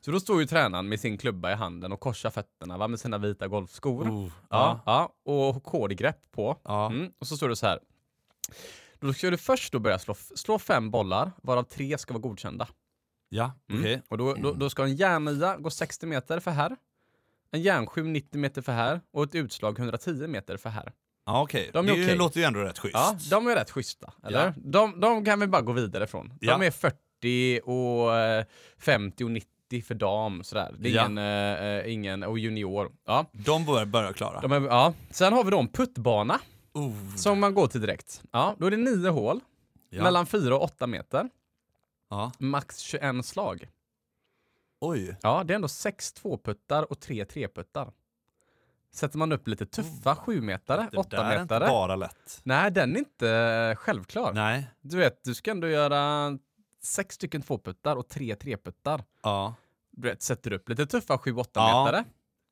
S2: Så då står ju tränaren med sin klubba i handen och korsar fötterna va, med sina vita golfskor.
S1: Oh,
S2: Mm. Ja,
S1: ja.
S2: ja. och kodgrepp på.
S1: Ja.
S2: Mm. Och så står det så här. Då ska du först då börja slå, slå fem bollar, varav tre ska vara godkända.
S1: Ja,
S2: Mm.
S1: okej.
S2: Och då, då, då ska en järnia gå 60 meter för här, en järnsju 90 meter för här och ett utslag 110 meter för här.
S1: Ja, okej.
S2: De är
S1: Det
S2: okej.
S1: låter ju ändå rätt schysst.
S2: Ja, de är rätt schyssta, eller?
S1: Ja.
S2: De, de kan vi bara gå vidare från. De
S1: Ja.
S2: är 40 och eh, 50 och 90 för dam, sådär. Det är
S1: Ja.
S2: ingen, eh, eh, ingen, och junior. Ja.
S1: De börjar, börjar klara.
S2: De är, ja. Sen har vi då en puttbana.
S1: Oh,
S2: Som man går till direkt. Ja, då är det nio hål,
S1: ja.
S2: mellan 4 och 8 meter,
S1: Ja.
S2: max 21 slag.
S1: Oj.
S2: Ja, det är ändå sex tvåputtar och tre treputtar. Sätter man upp lite tuffa sjumetare,
S1: Oh. Det där är inte
S2: åttametare.
S1: bara lätt.
S2: Nej, den är inte eh, självklar.
S1: Nej.
S2: Du vet, du ska ändå göra sex stycken tvåputtar och tre treputtar.
S1: Ja.
S2: Du vet, sätter upp lite tuffa sju
S1: Ja.
S2: åttametare.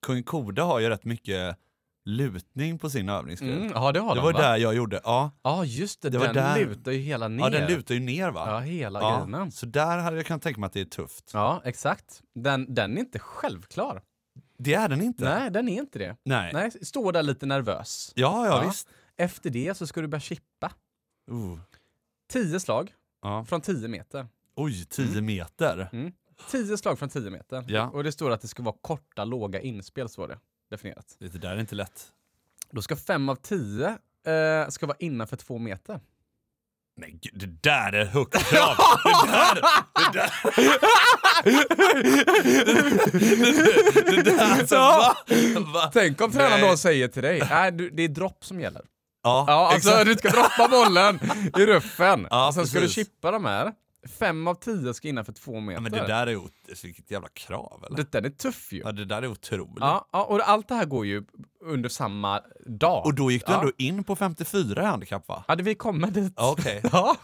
S1: Kung Koda har ju rätt mycket lutning på sin
S2: Ja,
S1: övningsgrej.
S2: mm, ja det har
S1: Det
S2: den
S1: var
S2: va?
S1: där jag gjorde. Ja,
S2: Ja, just det.
S1: Det var
S2: den
S1: där-
S2: lutar ju hela ner.
S1: ja den lutar ju ner va?
S2: Ja, hela grejen.
S1: Så där hade jag kunnat tänka mig att det är tufft.
S2: Ja, exakt. Den, den är inte självklar.
S1: Det är den inte.
S2: Nej, den är inte det.
S1: Nej.
S2: Nej, stå där lite nervös.
S1: Ja, ja,
S2: Ja.
S1: visst.
S2: Efter det så ska du börja chippa.
S1: Oh.
S2: 10 slag
S1: Ja.
S2: från 10 meter.
S1: Oj, 10
S2: Mm.
S1: meter.
S2: 10 slag från 10 meter.
S1: Ja.
S2: Och det står att det ska vara korta, låga inspel, så var det definierat.
S1: Det där är inte lätt.
S2: Då ska 5 av 10 eh, ska vara innanför 2 meter.
S1: Nej, gud, det där är högt krav. Det där, det där. Det, det där alltså, va? va?
S2: Tänk om
S1: tränaren Nej. då
S2: säger till dig, nej du, det är dropp som gäller.
S1: Ja,
S2: Ja, alltså
S1: exakt.
S2: du ska droppa bollen i ruffen.
S1: Ja,
S2: och sen ska du
S1: precis.
S2: chippa de här. 5 av 10 ska innanför 2 meter.
S1: Ja, men det där är ju... Vilket jävla krav, eller?
S2: Det, den är tuff ju.
S1: Ja, det där är otroligt.
S2: Ja, ja, och allt det här går ju under samma dag.
S1: Och då gick du
S2: ja.
S1: ändå in på 54 i handikapp, va?
S2: Ja, det- vi kommer dit.
S1: Ja, Okej.
S2: Ja.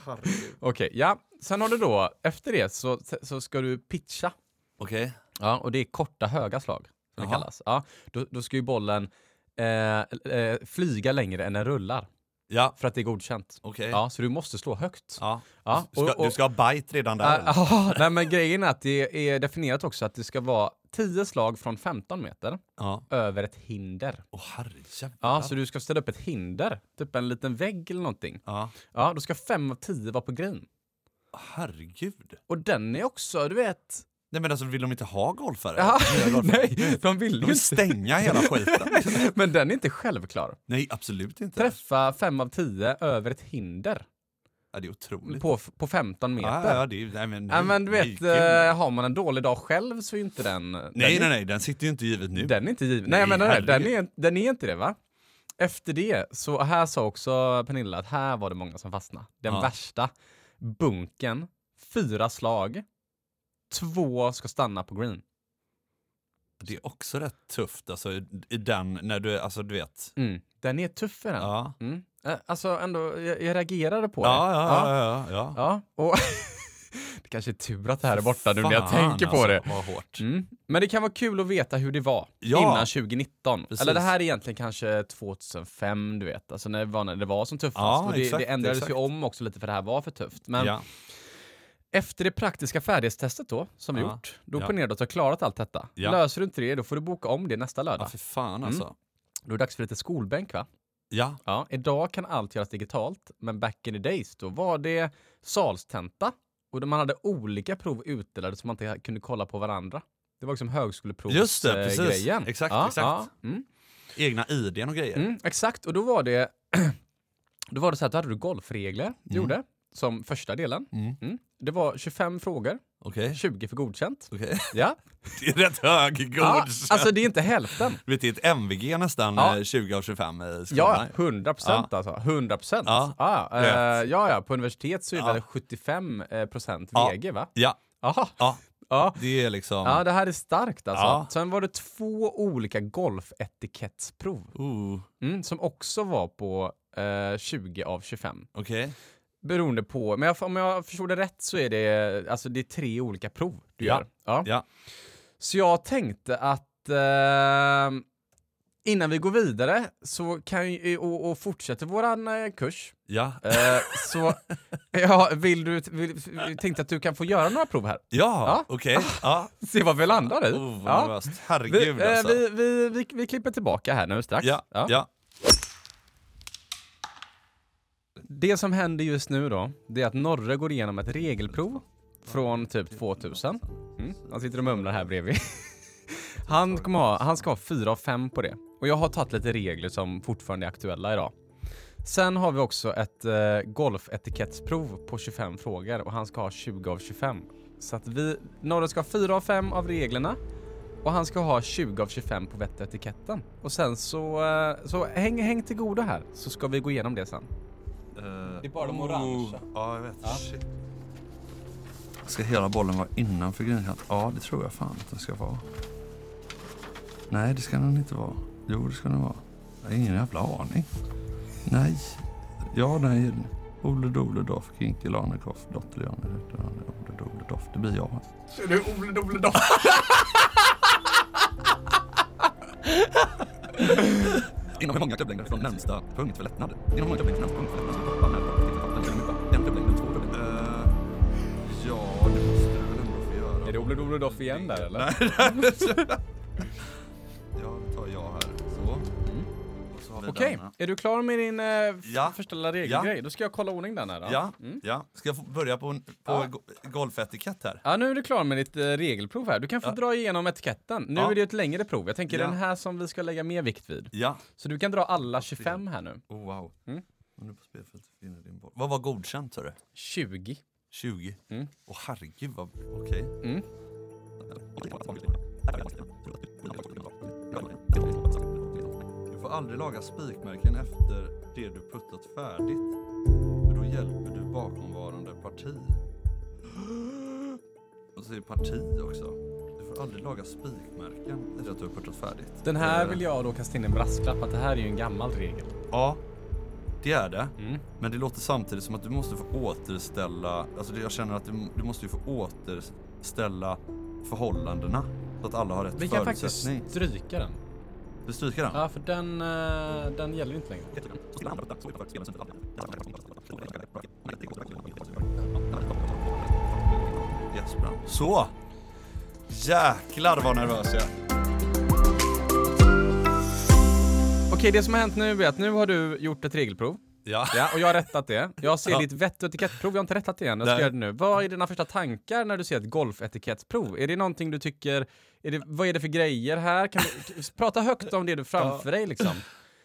S2: Okej, ja. Sen har du då, efter det så, så ska du pitcha.
S1: Okej.
S2: Ja, och det är korta höga slag, som det
S1: Jaha.
S2: kallas. Ja, då, då ska ju bollen eh, eh, flyga längre än den rullar.
S1: Ja,
S2: för att det är godkänt.
S1: okej.
S2: Ja, så du måste slå högt.
S1: Ja.
S2: Ja,
S1: Du, ska,
S2: och- och-
S1: du ska ha bite redan där. eller?
S2: Ah, nej, men grejen är att det är definierat också att det ska vara 10 slag från 15 meter
S1: Ja.
S2: över ett hinder.
S1: Åh herrejävlar.
S2: Ja, så du ska ställa upp ett hinder, typ en liten vägg eller någonting.
S1: Ja.
S2: Ja, då ska fem av tio vara på green.
S1: Herregud.
S2: Och den är också, du vet...
S1: Nej men alltså vill de inte ha golfare?
S2: Ja,
S1: Nya golfare?
S2: nej,
S1: De
S2: de vill ju
S1: vill
S2: inte.
S1: stänga hela skiten.
S2: Men den är inte självklar.
S1: Nej, absolut inte.
S2: Träffa fem av tio över ett hinder
S1: Ja, det är otroligt.
S2: på, på 15 meter.
S1: ja, ja, det är, nej, men,
S2: Ja, men du
S1: det är
S2: vet,
S1: kul.
S2: eh, har man en dålig dag själv så är ju inte den... Nej, den
S1: nej,
S2: är,
S1: nej, nej, den sitter ju inte givet nu.
S2: Den är inte given.
S1: Nej,
S2: Nej, men den, är- den,
S1: herregud.
S2: är, den är inte det va? Efter det, så här sa också Pernilla att här var det många som fastnade. Den
S1: Ja.
S2: värsta. Bunken, fyra slag, två ska stanna på green.
S1: Det är också rätt tufft, alltså i, i den, när du, alltså du vet.
S2: Mm. Den är tuff i den.
S1: Ja.
S2: Mm. Eh, Alltså ändå, jag, jag reagerade på det.
S1: Ja, ja, ja. ja, ja.
S2: Ja, och det kanske är tur att det här är borta nu när jag
S1: Fan,
S2: tänker på det.
S1: alltså, Vad hårt.
S2: Mm. Men det kan vara kul att veta hur det var
S1: Ja.
S2: innan 2019.
S1: Precis.
S2: Eller det här är egentligen kanske 2005, du vet. Alltså när det var, när det var som tuffast.
S1: Ja,
S2: och det,
S1: exakt,
S2: det ändrades ju
S1: exakt.
S2: om också lite för det här var för tufft. Men
S1: Ja.
S2: efter det praktiska färdighetstestet då, som vi
S1: Ja.
S2: gjort, då
S1: Ja.
S2: på nedåt har klarat allt detta.
S1: Ja.
S2: Löser du inte det, då får du boka om det nästa
S1: ja,
S2: lördag.
S1: för fan
S2: Mm.
S1: alltså.
S2: Då är det dags för lite skolbänk va?
S1: Ja,
S2: Ja, idag kan allt göras digitalt, men back in the days då var det salstenta och då man hade olika prov utdelade som man inte kunde kolla på varandra. Det var liksom eh, högskoleprovsgrejen.
S1: Just det, precis. Exakt, exakt.
S2: mm,
S1: egna idén och grejer.
S2: mm, exakt, och då var det då var det så här, då hade du golfregler, du gjorde, som första delen.
S1: Mm.
S2: Mm. Det var 25 frågor,
S1: Okej.
S2: 20 för godkänt.
S1: Okej.
S2: Ja.
S1: Det är rätt hög
S2: ja,
S1: god.
S2: alltså det är inte hälften.
S1: Du vet, det är ett MVG nästan,
S2: Ja.
S1: eh, 20 av 25 i
S2: Ja,
S1: skolan.
S2: 100 procent alltså. 100 procent.
S1: Ja,
S2: Ja. Ja, eh,
S1: rätt.
S2: ja, ja, på universitet så är det
S1: Ja.
S2: väl 75 eh, procent
S1: Ja.
S2: VG va?
S1: Ja,
S2: Aha.
S1: ja,
S2: Ja.
S1: det är liksom...
S2: ja, det här är starkt alltså.
S1: Ja.
S2: Sen var det två olika golfetikettsprov
S1: Ooh,
S2: mm, som också var på eh, 20 av 25.
S1: Okej.
S2: Beroende på, men jag, om jag förstod det rätt så är det, alltså det är tre olika prov du
S1: Ja.
S2: gör. Ja.
S1: Ja.
S2: Så jag tänkte att eh, innan vi går vidare så kan, ju- och, och fortsätter våran eh, kurs
S1: Ja.
S2: Eh, så ja, vill du, vill, tänkte att du kan få göra några prov här.
S1: Ja, okej. Ja.
S2: Se vad vi landar i.
S1: Oh, vad
S2: Ja.
S1: nervöst. Herregud
S2: vi, eh,
S1: alltså.
S2: vi, vi, vi, vi klipper tillbaka här nu strax.
S1: Ja,
S2: Ja.
S1: ja.
S2: Det som händer just nu då, det är att Norre går igenom ett regelprov från typ 2000. Mm. Han sitter och mumlar här bredvid. Han, kommer ha, han ska ha 4 av 5 på det. Och jag har tagit lite regler som fortfarande är aktuella idag. Sen har vi också ett eh, golfetikettsprov på 25 frågor och han ska ha 20 av 25. Så att vi, Norre ska ha 4 av 5 av reglerna och han ska ha 20 av 25 på vett och etiketten. Och sen så, eh, så häng, häng till godo här så ska vi gå igenom det sen.
S1: Det
S2: är bara de orangea.
S1: Oh. Ja, jag vet. Shit. Ska hela bollen vara innanför greenhat? Ja, det tror jag fan att den ska vara. Nej, det ska den inte vara. Jo, det ska den vara. Jag har ingen jävla aning. Nej. Ja, nej. Ole dole doff, kinky lane koff, dotter lane, dotter lane, ole dole doff. Det blir jag.
S2: Är du Ole Dole Doff?
S1: Inom hur många dubblängder från närmsta punkt för lättnad? Inom hur många dubblängder från närmsta typ punkt för lättnad? Pappa, när pappa, titta, pappa, titta, pappa. En dubblängd, två dubblängder. Eh, ja, det måste du väl ändå få göra.
S2: Är det Ole Dole Doff igen där eller?
S1: Ja, då tar jag här. Så. Mm. Och så har vi
S2: Okej,
S1: denna.
S2: är du klar med din eh,
S1: Ja.
S2: ja. förställa regelgrej? Då ska jag kolla ordning den här då.
S1: Ja, ja. Ska jag få börja på, en- på
S2: Mm. Ja.
S1: go- golfetikett här?
S2: Ja, nu är du klar med ditt eh, regelprov här. Du kan få dra igenom etiketten. Nu
S1: Ja.
S2: är det ju ett längre prov. Jag tänker
S1: Ja.
S2: den här som vi ska lägga mer vikt vid.
S1: Ja.
S2: Så du kan dra alla 25 här nu.
S1: Oh, wow.
S2: Mm.
S1: Om du på spelfältet vinner din boll. Vad var godkänt sa du?
S2: 20.
S1: 20? Åh
S2: Mm.
S1: herregud, vad... Okej.
S2: Mm.
S1: Du får aldrig laga spikmärken efter det du puttat färdigt. För då hjälper du bakomvarande parti. Och så är det parti också. Du får aldrig laga spikmärken efter att du har puttat färdigt.
S2: Den här
S1: Eh,
S2: vill jag då kasta in en brasklapp att det här är ju en gammal regel.
S1: Ja, det är det.
S2: Mm.
S1: Men det låter samtidigt som att du måste få återställa, alltså det- jag känner att du, du måste ju få återställa förhållandena så att alla har rätt
S2: Vi kan faktiskt
S1: förutsättning.
S2: stryka den.
S1: Du stryker den?
S2: Ja, för den, eh, den gäller inte längre.
S1: Yes, bra. Så! Jäklar vad nervös jag är.
S2: Okej, det som har hänt nu är att nu har du gjort ett regelprov.
S1: Ja.
S2: Ja, och jag har rättat det. Jag ser
S1: Ja.
S2: ditt vett och etikettprov, jag har inte rättat det än. Jag ska
S1: Nej.
S2: göra det nu. Vad är dina första tankar när du ser ett golfetikettsprov? Är det någonting du tycker, är det, vad är det för grejer här? Kan du, prata högt om det du framför dig liksom.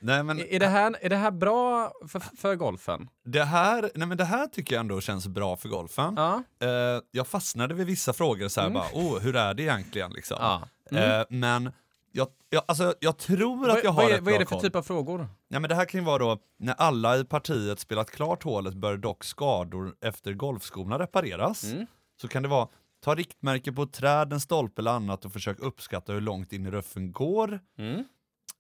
S1: Nej, men
S2: Är är det här, är det här bra för, för golfen?
S1: det, här, nej, men det här tycker jag ändå känns bra för golfen.
S2: Ja.
S1: Eh, jag fastnade vid vissa frågor, så här bara, oh, hur är det egentligen? Liksom.
S2: Mm. ja. Mm.
S1: Eh, men jag, jag, alltså, jag tror att
S2: Vad,
S1: jag har
S2: vad, är,
S1: rätt
S2: vad är
S1: bra
S2: det för
S1: koll.
S2: typ av frågor?
S1: Ja, men det här kan ju vara då, när alla i partiet spelat klart hålet bör dock skador efter golfskorna repareras.
S2: Mm.
S1: Så kan det vara, ta riktmärke på ett träd, en stolpe eller annat och försök uppskatta hur långt in i röffen går.
S2: Mm.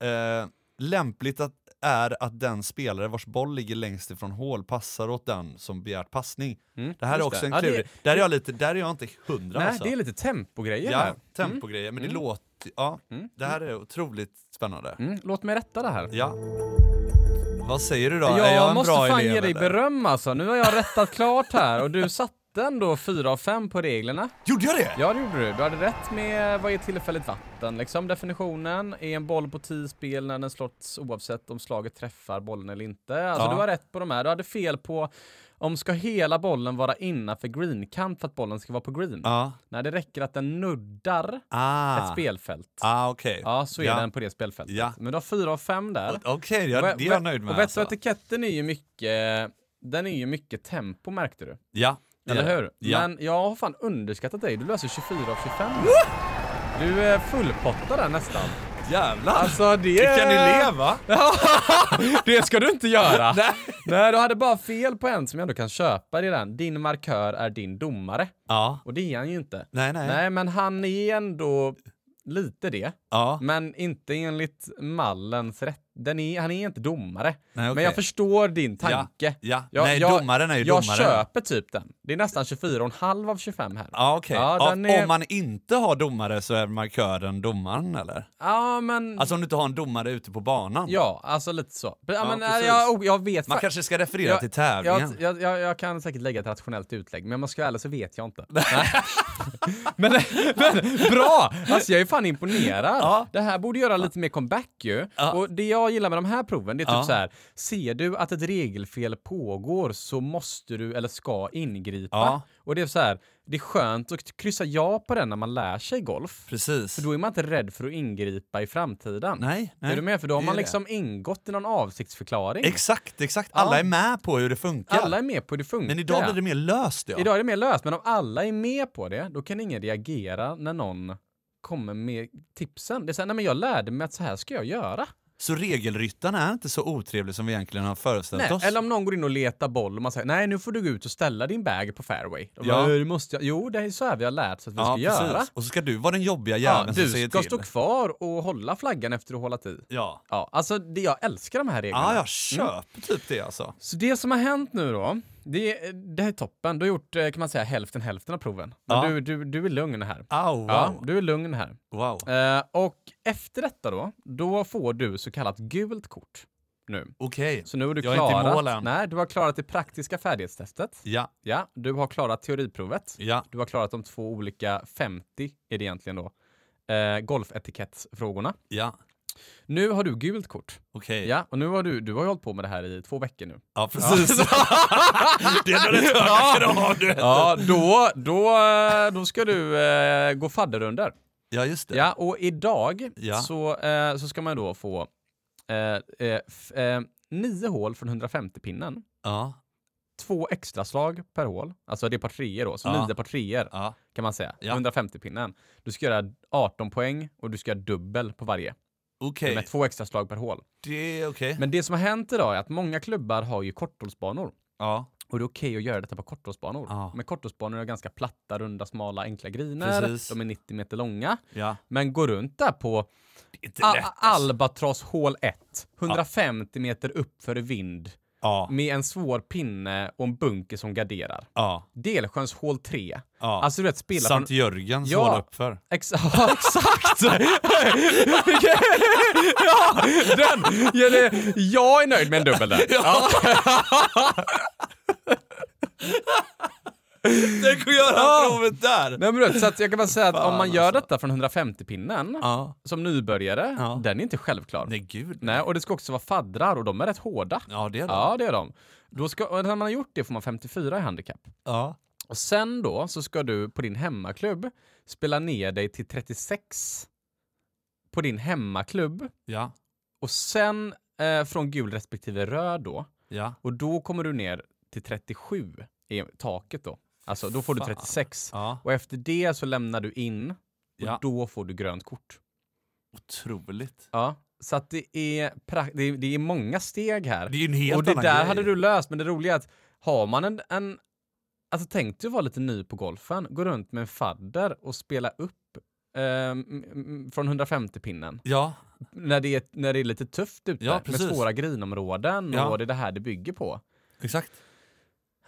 S1: Eh, lämpligt att, är att den spelare vars boll ligger längst ifrån hål passar åt den som begärt passning.
S2: Mm,
S1: Det här är
S2: just
S1: också
S2: det.
S1: en
S2: Ja, det-
S1: klurig. där, är jag lite, där är jag inte hundra
S2: Nej,
S1: alltså.
S2: det är lite tempogrejer
S1: ja,
S2: här.
S1: tempogrejer, men det låter... Ja,
S2: Mm.
S1: det här är otroligt spännande.
S2: Mm, låt mig rätta det här.
S1: Ja. Vad säger du då?
S2: Jag,
S1: är jag en
S2: måste
S1: bra
S2: fan
S1: elev,
S2: ge dig
S1: eller?
S2: beröm alltså. Nu har jag rättat klart här och du satte ändå 4 av 5 på reglerna.
S1: Gjorde jag det?
S2: Ja, det gjorde du. Du hade rätt med vad är tillfälligt vatten, liksom definitionen. Är en boll på 10 spel när den slås oavsett om slaget träffar bollen eller inte? Alltså,
S1: Ja.
S2: du har rätt på de här. Du hade fel på om ska hela bollen vara innanför greenkant för att bollen ska vara på green?
S1: Ja.
S2: Nej, det räcker att den nuddar
S1: Ah.
S2: ett spelfält.
S1: Ah, okej.
S2: Ja, så är
S1: Ja.
S2: den på det spelfältet.
S1: Ja.
S2: Men du har 4 av 5 där.
S1: Okej, jag- det är jag nöjd med.
S2: Och vett och
S1: alltså.
S2: etiketten är ju mycket, den är ju mycket tempo märkte du.
S1: Ja. det är
S2: Eller
S1: det.
S2: hur?
S1: Ja.
S2: Men jag har fan underskattat dig. Du löser 24 av 25. Du är fullpottad där nästan.
S1: Jävlar!
S2: Alltså det...
S1: Vilken elev va?
S2: det ska du inte göra! Nej. du hade bara fel på en som jag ändå kan köpa. Det är den. Din markör är din domare.
S1: Ja.
S2: Och det är han ju inte.
S1: Nej, nej.
S2: Nej, men han är ändå lite det.
S1: Ja.
S2: Men inte enligt mallens rätt. Den är, han är inte domare.
S1: Nej, okej.
S2: Men jag förstår din tanke.
S1: ja.
S2: Jag,
S1: Nej,
S2: jag,
S1: domaren är ju
S2: Jag
S1: domaren.
S2: köper typ den. Det är nästan 24,5 av 25 här.
S1: Ja, okej.
S2: Ja,
S1: Ja,
S2: den är-
S1: Om man inte har domare så är markören domaren eller?
S2: Ja, men...
S1: Alltså om du inte har en domare ute på banan?
S2: ja, alltså lite så. Ja, men, äh,
S1: precis.
S2: jag, oh, jag vet
S1: Man
S2: fa-
S1: kanske ska referera
S2: jag,
S1: till tävlingen?
S2: Jag, jag, jag, jag kan säkert lägga ett rationellt utlägg, men om jag ska vara ärlig så vet jag inte. Nej. men, men bra! Alltså jag är fan imponerad.
S1: Ja.
S2: Det här borde göra lite mer comeback ju.
S1: Ja.
S2: Och det jag gillar med de här proven, det är typ
S1: Ja.
S2: så här. Ser du att ett regelfel pågår så måste du eller ska ingripa.
S1: Ja.
S2: Och det är så här, det är skönt att kryssa ja på den när man lär sig golf.
S1: Precis.
S2: För då är man inte rädd för att ingripa i framtiden.
S1: Nej, nej.
S2: Är du med? För då har
S1: Det är
S2: man
S1: det.
S2: liksom ingått i någon avsiktsförklaring.
S1: Exakt, exakt.
S2: Ja.
S1: Alla är med på hur det funkar.
S2: Alla är med på hur det funkar.
S1: Men idag blir det mer löst ja.
S2: Idag är det mer löst, men om alla är med på det, då kan ingen reagera när någon kommer med tipsen. Det är så här, nej men jag lärde mig att så här ska jag göra.
S1: Så regelryttaren är inte så otrevlig som vi egentligen har föreställt
S2: Nej,
S1: oss.
S2: eller om någon går in och letar boll och man säger nej nu får du gå ut och ställa din bag på fairway. De
S1: Ja.
S2: bara, "Nej, det måste jag. Jo, det är så här vi har lärt oss att vi ska göra.
S1: Och så ska du vara den jobbiga
S2: Ja,
S1: jäveln som alltså, säger
S2: du ska
S1: till.
S2: stå kvar och hålla flaggan efter att ha hållit i.
S1: Ja.
S2: Ja, alltså det, jag älskar de här reglerna.
S1: Ja, jag köper typ det alltså.
S2: Så det som har hänt nu då, det, det här är toppen. Du har gjort, eh, kan man säga, hälften hälften av proven. Men
S1: Ja.
S2: du, du, du är lugn här.
S1: Au, wow.
S2: Ja, du är lugn här.
S1: wow.
S2: Eh, och efter detta då, då får du så kallat gult kort nu.
S1: Okej.
S2: Så nu har du
S1: Jag är inte i
S2: klarat,
S1: mål än.
S2: nej, du har klarat det praktiska färdighetstestet.
S1: Ja,
S2: Ja, du har klarat teoriprovet.
S1: ja,
S2: Du har klarat de två olika 50 är det egentligen då. Eh, golfetikettsfrågorna.
S1: ja.
S2: Nu har du gult kort.
S1: Okej.
S2: Ja, och nu har du, du har ju hållit på med det här i två veckor nu.
S1: Ja, precis. det är nog rätt höga krav du vet.
S2: Ja, då, då, eh, då ska du eh, gå fadderrundor.
S1: Ja, just det.
S2: Ja, och idag
S1: Ja.
S2: Så, eh, så ska man då få eh, eh, f- eh, nio hål från 150-pinnen.
S1: Ja,
S2: Två extra slag per hål. Alltså det är par treor då, så
S1: Ja.
S2: nio par treor
S1: ja.
S2: kan man säga.
S1: Ja.
S2: 150-pinnen. Du ska göra 18 poäng och du ska göra dubbel på varje.
S1: Okej.
S2: Med två extra slag per hål.
S1: Det är okej.
S2: Men det som har hänt idag är att många klubbar har ju korthållsbanor.
S1: Ja,
S2: Och det är okej att göra detta på korthållsbanor.
S1: Ja.
S2: Men korthållsbanor är ganska platta, runda, smala, enkla griner.
S1: Precis.
S2: De är 90 meter långa.
S1: ja.
S2: Men gå runt där på
S1: Det är inte
S2: Al
S1: lätt. alltså.
S2: Albatross hål 1. 150 meter upp för vind.
S1: Ja,
S2: med en svår pinne och en bunker som garderar.
S1: ja,
S2: Delsjöns hål 3.
S1: ja.
S2: Alltså du vet, spela från...
S1: Sankt Jörgen
S2: Ja.
S1: ja. uppför.
S2: Ex ja, exakt! ja, den! Ja, det, jag är nöjd med en dubbel där. Ja.
S1: Tänk att göra provet där!
S2: Nej, men du vet, så att jag kan bara säga att om man
S1: alltså.
S2: gör detta från 150-pinnen
S1: Ja.
S2: som nybörjare,
S1: Ja.
S2: den är inte självklar.
S1: Nej, gud.
S2: Nej, och det ska också vara faddrar och de är rätt hårda.
S1: Ja, det är det.
S2: Ja, det är de. Då ska, och när man har gjort det får man 54 i handikapp.
S1: Ja.
S2: Och sen då så ska du på din hemmaklubb spela ner dig till 36 på din hemmaklubb
S1: Ja.
S2: och sen eh, från gul respektive röd då
S1: Ja.
S2: och då kommer du ner till 37 i taket då. Alltså då får du
S1: Fan.
S2: 36
S1: Ja.
S2: och efter det så lämnar du in och
S1: Ja.
S2: då får du grönt kort.
S1: Otroligt.
S2: Ja, så att det är, pra- det är, det är många steg här.
S1: Det är ju en helt
S2: Och det
S1: annan
S2: där
S1: grej.
S2: hade du löst, men det roliga är att har man en... en alltså tänk dig att vara lite ny på golfen, gå runt med en fadder och spela upp eh, m- m- från 150-pinnen.
S1: Ja.
S2: När det, är, när det är lite tufft ute,
S1: Ja,
S2: med
S1: precis.
S2: svåra grinområden
S1: Ja.
S2: och det är det här det bygger på.
S1: Exakt.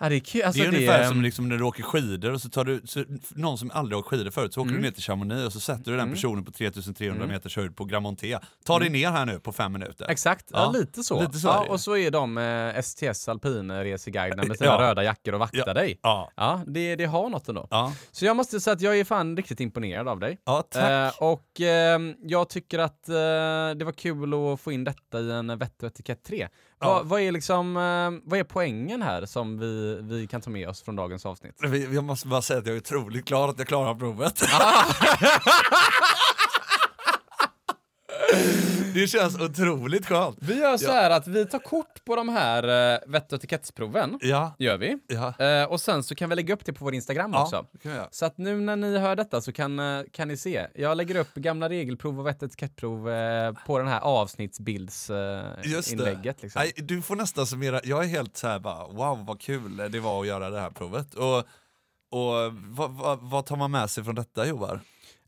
S2: Ja, det är kul. Alltså,
S1: det är ungefär som liksom när du åker skidor och så tar du, så, någon som aldrig åkt skidor förut, så åker
S2: Mm.
S1: du ner till Chamonix och så sätter du den personen på 3300 meters höjd på Gramonté. Ta
S2: Mm.
S1: dig ner här nu på fem minuter.
S2: Exakt, ja,
S1: Ja,
S2: lite så.
S1: lite så är
S2: ja,
S1: det ju.
S2: och så är de eh, STS alpinreseguiderna med sina
S1: Ja.
S2: röda jackor och vaktar
S1: Ja.
S2: dig.
S1: Ja.
S2: Ja, det, det har något ändå.
S1: Ja.
S2: Så jag måste säga att jag är fan riktigt imponerad av dig.
S1: ja, tack.
S2: Eh, och ehm, jag tycker att eh, det var kul att få in detta i en vett och etikett 3. Vad, vad, är liksom, eh, vad är poängen här som vi, vi kan ta med oss från dagens avsnitt?
S1: Vi- Jag måste bara säga att jag är otroligt glad att jag klarar provet.
S2: Ah.
S1: det känns otroligt skönt.
S2: Vi gör så här att vi tar kort på de här eh, vett och etikettsproven.
S1: Ja,
S2: gör vi.
S1: ja,
S2: Eh, och sen så kan vi lägga upp det på vår Instagram
S1: ja
S2: också.
S1: det kan jag göra.
S2: Så att nu när ni hör detta så kan, eh, kan ni se. Jag lägger upp gamla regelprov och vett och etikettprov eh, på den här
S1: Just det.
S2: avsnittsbildsinlägget. liksom.
S1: Nej, du får nästan summera. Jag är helt så här bara, wow vad kul det var att göra det här provet. Och, och vad, vad, vad tar man med sig från detta Joar?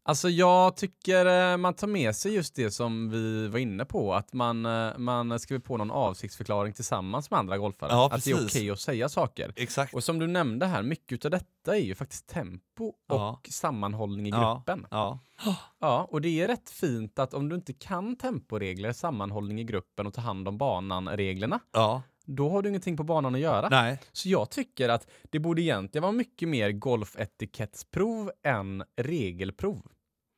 S2: Alltså jag tycker eh, man tar med sig just det som vi var inne på, att man, eh, man skriver på någon avsiktsförklaring tillsammans med andra golfare.
S1: Ja,
S2: att det är okej
S1: precis.
S2: att säga saker.
S1: Exakt.
S2: Och som du nämnde här, mycket av detta är ju faktiskt tempo och
S1: Ja.
S2: sammanhållning i
S1: Ja.
S2: gruppen. Ja.
S1: Ja,
S2: och det är rätt fint att om du inte kan temporegler, sammanhållning i gruppen och ta hand om banan-reglerna,
S1: ja,
S2: då har du ingenting på banan att göra.
S1: nej,
S2: Så jag tycker att det borde egentligen vara mycket mer golfetikettsprov än regelprov.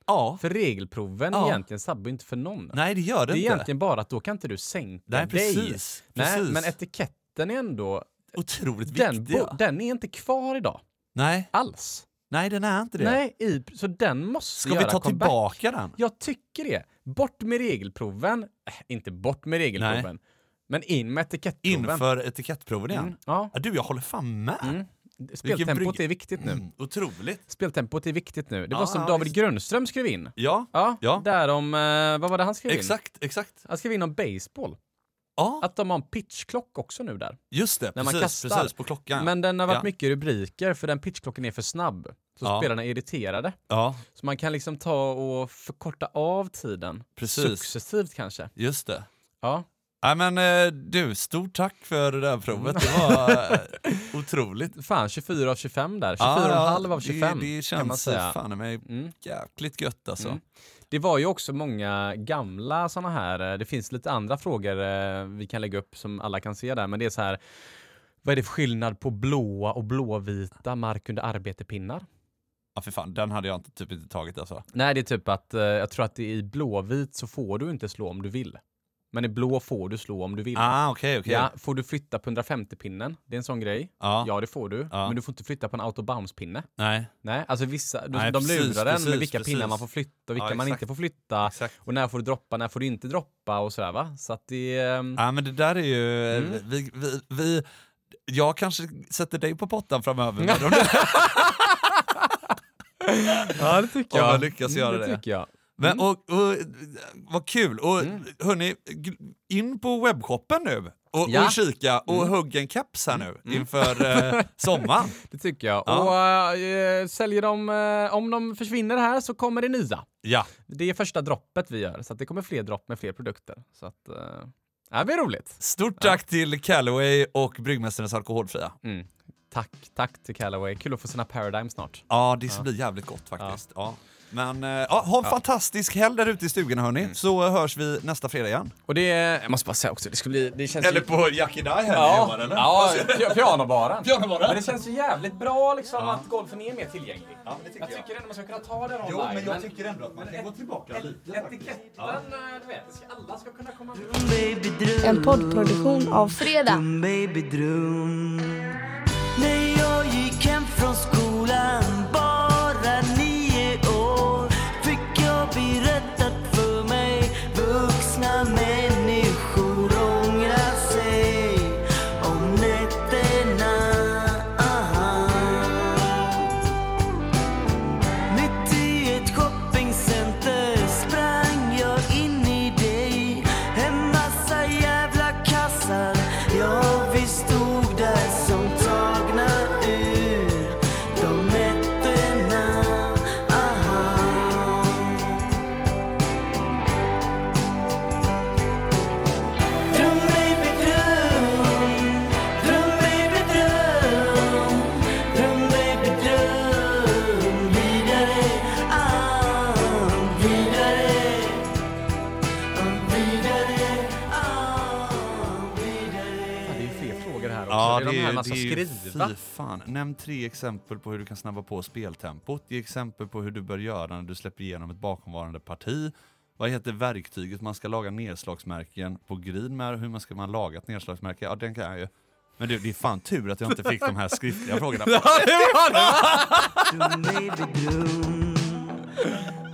S1: ja,
S2: För regelproven
S1: Ja.
S2: egentligen sabbar ju inte för någon.
S1: nej det gör
S2: det
S1: det,
S2: är
S1: inte.
S2: egentligen bara att då kan inte du sänka
S1: Nej,
S2: dig.
S1: precis.
S2: Nej,
S1: precis.
S2: men etiketten är ändå,
S1: Otroligt
S2: den,
S1: viktiga.
S2: bo, den är inte kvar idag
S1: Nej,
S2: alls.
S1: nej den är inte det.
S2: Nej, i, så den måste
S1: Ska vi
S2: göra
S1: ta
S2: comeback.
S1: tillbaka den?
S2: Jag tycker det. Bort med regelproven. Äh, inte bort med regelproven, men in med etikettproven.
S1: Inför etikettproven igen?
S2: Mm, ja.
S1: Ja, du, jag håller fan med.
S2: Mm. Speltempot
S1: brygg-
S2: är viktigt nu.
S1: Mm, Otroligt.
S2: Speltempot är viktigt nu. Det var
S1: Ja,
S2: som
S1: ja,
S2: David
S1: visst.
S2: Grönström skrev in.
S1: Ja,
S2: Ja,
S1: Ja.
S2: där om, eh, vad var det han skrev in?
S1: exakt, exakt.
S2: Han skrev in om baseball.
S1: Ja,
S2: Att de har en pitchklock också nu där.
S1: just det.
S2: när man
S1: Precis,
S2: kastar.
S1: precis, på klockan.
S2: Men den har varit
S1: Ja.
S2: mycket rubriker för den pitchklocken är för snabb. Så
S1: Ja.
S2: spelarna är irriterade.
S1: Ja,
S2: Så man kan liksom ta och förkorta av tiden.
S1: precis.
S2: Successivt kanske.
S1: Just det.
S2: Ja.
S1: Nej men eh, du, stort tack för det där provet. Det var eh, otroligt.
S2: Fan, 24 av 25 där. 24
S1: Ja,
S2: och en
S1: ja,
S2: halv av 25
S1: Det, det känns
S2: kan man säga.
S1: fan i mig
S2: Mm.
S1: jäkligt gött alltså.
S2: Mm. Det var ju också många gamla sådana här, eh, det finns lite andra frågor eh, vi kan lägga upp som alla kan se där, men det är så här, vad är det för skillnad på blåa och blåvita mark under arbetepinnar?
S1: Ja för fan, den hade jag inte, typ inte tagit alltså.
S2: Nej, det är typ att eh, jag tror att det är i blåvit så får du inte slå om du vill. Men i blå får du slå om du vill.
S1: Ah okej Ah. okej.
S2: Ja, får du flytta på 150-pinnen? Det är en sån grej.
S1: Ja.
S2: Ja, det får du.
S1: Ja.
S2: Men du får inte flytta på en autobounce-pinne.
S1: Nej,
S2: Nej, alltså vissa, de,
S1: Nej,
S2: de
S1: precis,
S2: lurar en med
S1: precis,
S2: vilka pinnar
S1: precis.
S2: man får flytta och vilka
S1: Ja,
S2: man
S1: exakt.
S2: inte får flytta.
S1: exakt.
S2: Och när får du droppa, när får du inte droppa och sådär va? Så att det... ehm,
S1: Ja men det där är ju, eh,
S2: Mm.
S1: vi, vi, vi, jag kanske sätter dig på pottan framöver med de
S2: Mm.
S1: där.
S2: Ja det tycker
S1: Om man lyckas
S2: Mm,
S1: göra
S2: det.
S1: det.
S2: tycker jag.
S1: Men, och, och, vad kul! Och
S2: Mm.
S1: hörni, g- in på webbshoppen nu och,
S2: Ja. Mm.
S1: och kika och hugg en keps här nu inför eh, sommaren.
S2: Det tycker jag.
S1: Ja.
S2: Och eh, säljer de, eh, om de försvinner här så kommer det nya.
S1: Ja,
S2: Det är första droppet vi gör, så att det kommer fler dropp med fler produkter. Så att, eh, Ja, det blir roligt.
S1: Stort tack till Callaway och Bryggmästarens Alkoholfria.
S2: Mm. Tack, tack till Callaway. Kul att få sina Paradigm snart.
S1: Ja, det ska bli jävligt gott faktiskt. Ja. Men eh, ja, ha en fantastisk helg där ute i stugan hörni,
S2: Mm.
S1: så hörs vi nästa fredag igen.
S2: Och det, jag måste bara säga också, det skulle bli, det känns ju...
S1: på Jackie Die här
S2: Ja, ja pi- pianobaren. pianobaren. Men det känns ju jävligt bra liksom att golfen är mer tillgänglig.
S1: Ja, det tycker
S2: jag
S1: jag.
S2: tycker ändå man ska kunna ta den online.
S1: tycker ändå att man kan gå tillbaka lite.
S2: etiketten, eh, du vet, ska- alla ska kunna komma med.
S4: En poddproduktion av Fredag.
S5: Dum baby drum När jag gick hem från skolan bara nio år fick jag berättat för mig vuxna människor ångrar sig om nätterna Mitt i ett shoppingcenter sprang jag in i dig En massa jävla kassar Ja, vi stod där som tagna ur de nätterna aha. Drum baby drum, drum baby drum, drum baby drum. Vidare, ah, vidare, ah, vidare, ah, vidare.
S2: Det är ju fler frågor här också.
S1: Ja,
S2: det är de här
S1: ju-
S2: man
S1: det
S2: ska
S1: är ju-
S2: skriva.
S1: Fy fan. Nämn tre exempel på hur du kan snabba på speltempot. Ge exempel på hur du bör göra när du släpper igenom ett bakomvarande parti. Vad heter verktyget man ska laga nedslagsmärken på green med? Hur man ska man laga ett nedslagsmärke? Ja, den kan jag ju. Men du, det är fan tur att jag inte fick de här skriftliga frågorna.
S2: Ja, det var det!
S5: Drum baby drum,